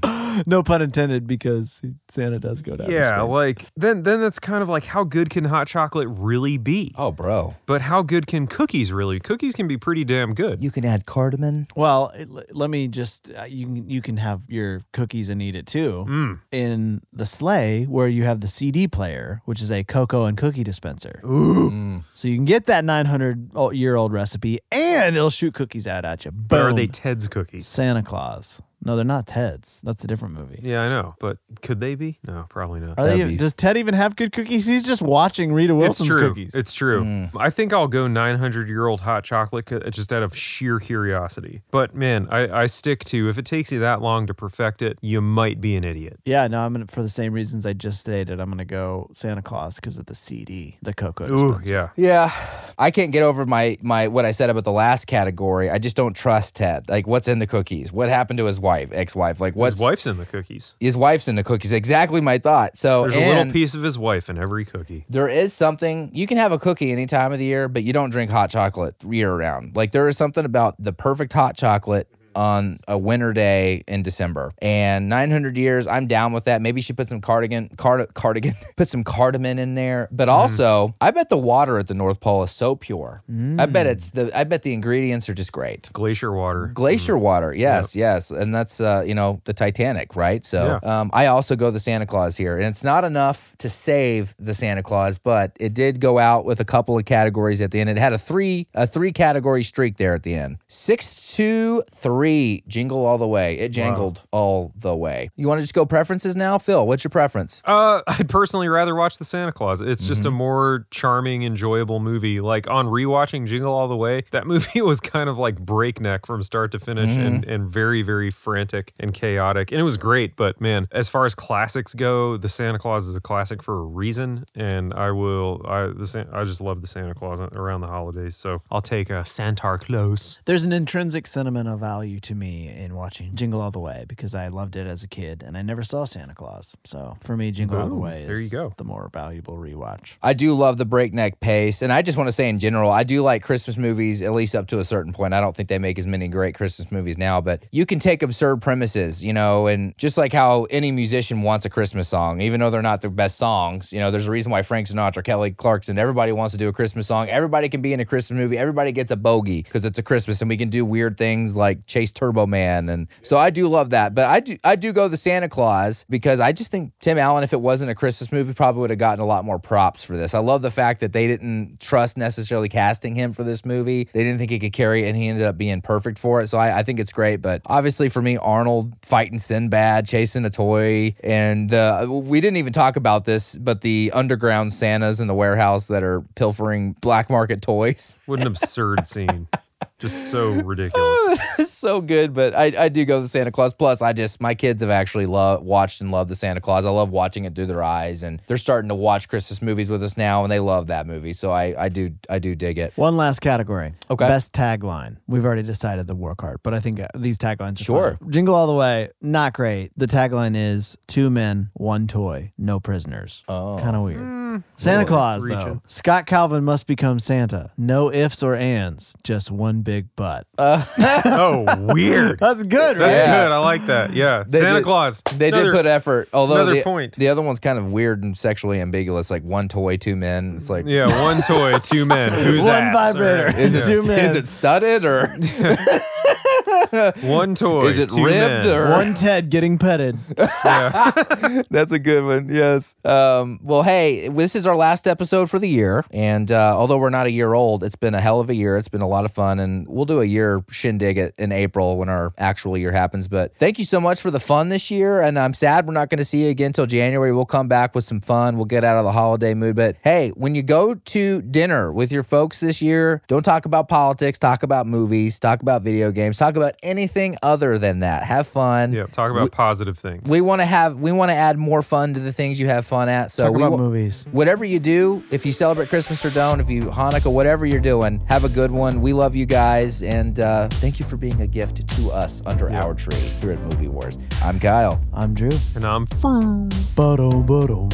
D: no pun intended, because he- Santa does go down.
B: Yeah, like then then that's kind of like how good can hot chocolate really be?
C: Oh, bro.
B: But how good can cookies really? Cookies can be pretty damn good.
C: You can add cardamom.
D: Well, it- l- let me just uh, you can you can have your cookies and eat it too
B: Mm.
D: in the sleigh where you have the CD player, which is a cocoa and cookie dispenser.
C: Mm.
D: So you can get that 900 o- year old recipe and it'll shoot cookies out at you. Boom.
B: But are they Ted's cookies?
D: Santa Claus?
J: No, they're not Ted's. That's a different movie.
B: Yeah, I know, but could they be? No, probably not.
J: Are they,
C: That'd be-
J: does Ted even have good cookies? He's just watching Rita
B: It's
J: Wilson's
B: true.
J: cookies.
B: It's true. I think I'll go 900 year old hot chocolate co- just out of sheer curiosity. But man, I, I stick to if it takes you that long to perfect it, you might be an idiot.
J: yeah, no, I'm gonna for the same reasons I just stated. I'm gonna go Santa Claus because of the CD, the Cocoa.
B: Ooh,
J: dispenser.
B: yeah.
C: Yeah, I can't get over my my what I said about the last category. I just don't trust Ted. Like, what's in the cookies? What happened to his wife, ex-wife? Like, what's
B: His wife's in the cookies.
C: his wife's in the cookies? Exactly my thought. So
B: There's a little
C: and
B: piece of his wife in every cookie.
C: There is something you can have a cookie any time of the year, but you don't drink hot chocolate year round. Like there is something about the perfect hot chocolate on a winter day in December. And 900 years, I'm down with that. Maybe she put some cardigan, card, cardigan, put some cardamom in there. But also, I bet the water at the North Pole is so pure. I bet it's the I bet the ingredients are just great.
B: Glacier water. Mm-hmm.
C: Glacier water, yes, yes, and that's uh, you know the Titanic, right? So um, I also go the Santa Claus here, and it's not enough to save the Santa Claus, but it did go out with a couple of categories at the end. It had a three a three category streak there at the end. Six two three jingle all the way. It jangled all the way. You want to just go preferences now, Phil? What's your preference?
B: Uh, I'd personally rather watch The Santa Claus. It's just a more charming, enjoyable movie. Like on rewatching Jingle All the Way, that movie was kind of like breakneck from start to finish and, and very, very frantic and chaotic. And it was great, but man, as far as classics go, The Santa Claus is a classic for a reason. And I will, I, the, San- I just love The Santa Claus around the holidays. So I'll take a Santa Claus.
J: There's an intrinsic sentimental value to me in watching Jingle All the Way because I loved it as a kid and I never saw Santa Claus. So for me, Jingle All the
B: Boom.
J: Way is
B: There you go.
J: the more valuable rewatch.
C: I do love the breakneck pace. And I just want to say, in general, I do like Christmas movies, at least up to a certain point. I don't think they make as many great Christmas movies now, but you can take absurd premises, you know, and just like how any musician wants a Christmas song, even though they're not their best songs, you know, there's a reason why Frank Sinatra, Kelly Clarkson, everybody wants to do a Christmas song. Everybody can be in a Christmas movie. Everybody gets a bogey because it's a Christmas and we can do weird things like chase Turbo Man. And so I do love that. But I do, I do go the Santa Claus because I just think Tim Allen, if it wasn't a Christmas movie, probably would have gotten a lot more props for this. I love the fact that they didn't trust necessarily casting him for this movie. They didn't think he could carry it, and he ended up being perfect for it. So I, I think it's great. But obviously for me, Arnold fighting Sinbad, chasing a toy, and uh, we didn't even talk about this, but the underground Santas in the warehouse that are pilfering black market toys.
B: What an absurd scene. Just so ridiculous.
C: It's so good, but I, I do go to Santa Claus. Plus, I just my kids have actually loved, watched and loved the Santa Claus. I love watching it through their eyes, and they're starting to watch Christmas movies with us now, and they love that movie. So I, I do I do dig it.
J: One last category.
C: Okay.
J: Best tagline. We've already decided the war card, but I think uh, these taglines are
C: Sure.
J: fun. Jingle All the Way, not great. The tagline is two men, one toy, no prisoners.
C: Oh.
J: Kind of weird. Santa Claus,
B: Reaching.
J: though. Scott Calvin must become Santa. No ifs or ands, just one big butt.
C: Uh,
B: Oh, weird.
J: That's good, right?
B: That's
C: Yeah.
B: good. I like that. Yeah.
C: They
B: Santa
C: did-
B: Claus.
C: They
B: Another-
C: did put effort, although
B: another
C: the,
B: point.
C: the other one's kind of weird and sexually ambiguous, like one toy, two men. It's like
B: Yeah, one toy, two men. Who's
J: One vibrator.
C: is it
J: Two men.
C: is it studded or
B: One toy.
C: is it
B: two
C: ribbed
B: men.
C: or
J: One Ted getting petted.
C: That's a good one. Yes. Um, well, hey, this is our last episode for the year. And uh, although we're not a year old, it's been a hell of a year. It's been a lot of fun. And we'll do a year shindig it in April when our actual year happens. But thank you so much for the fun this year. And I'm sad we're not going to see you again till January. We'll come back with some fun. We'll get out of the holiday mood. But hey, when you go to dinner with your folks this year, don't talk about politics, talk about movies, talk about video games, talk about anything other than that. Have fun.
B: Yeah, talk about positive things.
C: We want to have we want to add more fun to the things you have fun at. So
J: Talk
C: we
J: about
C: wa-
J: movies.
C: Whatever you do, if you celebrate Christmas or don't, if you Hanukkah, whatever you're doing, have a good one. We love you guys, and uh, thank you for being a gift to us under our tree here at Movie Wars. I'm Kyle.
J: I'm Drew.
B: and I'm free.
J: Ba-dum, ba-dum.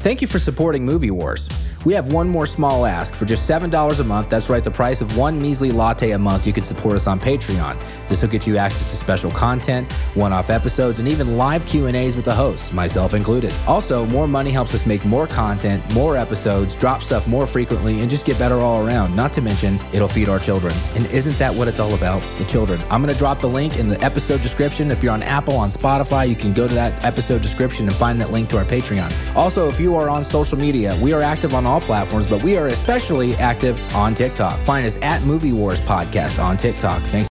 C: Thank you for supporting Movie Wars. We have one more small ask. For just $7 a month, that's right, the price of one measly latte a month, you can support us on Patreon. This will get you access to special content, one-off episodes, and even live Q&As with the hosts, myself included. Also, more money helps us make more content, more episodes, drop stuff more frequently, and just get better all around. Not to mention, it'll feed our children. And isn't that what it's all about? The children. I'm going to drop the link in the episode description. If you're on Apple, on Spotify, you can go to that episode description and find that link to our Patreon. Also, if you are on social media, we are active on all all platforms, but we are especially active on TikTok. Find us at Movie Wars Podcast on TikTok. Thanks.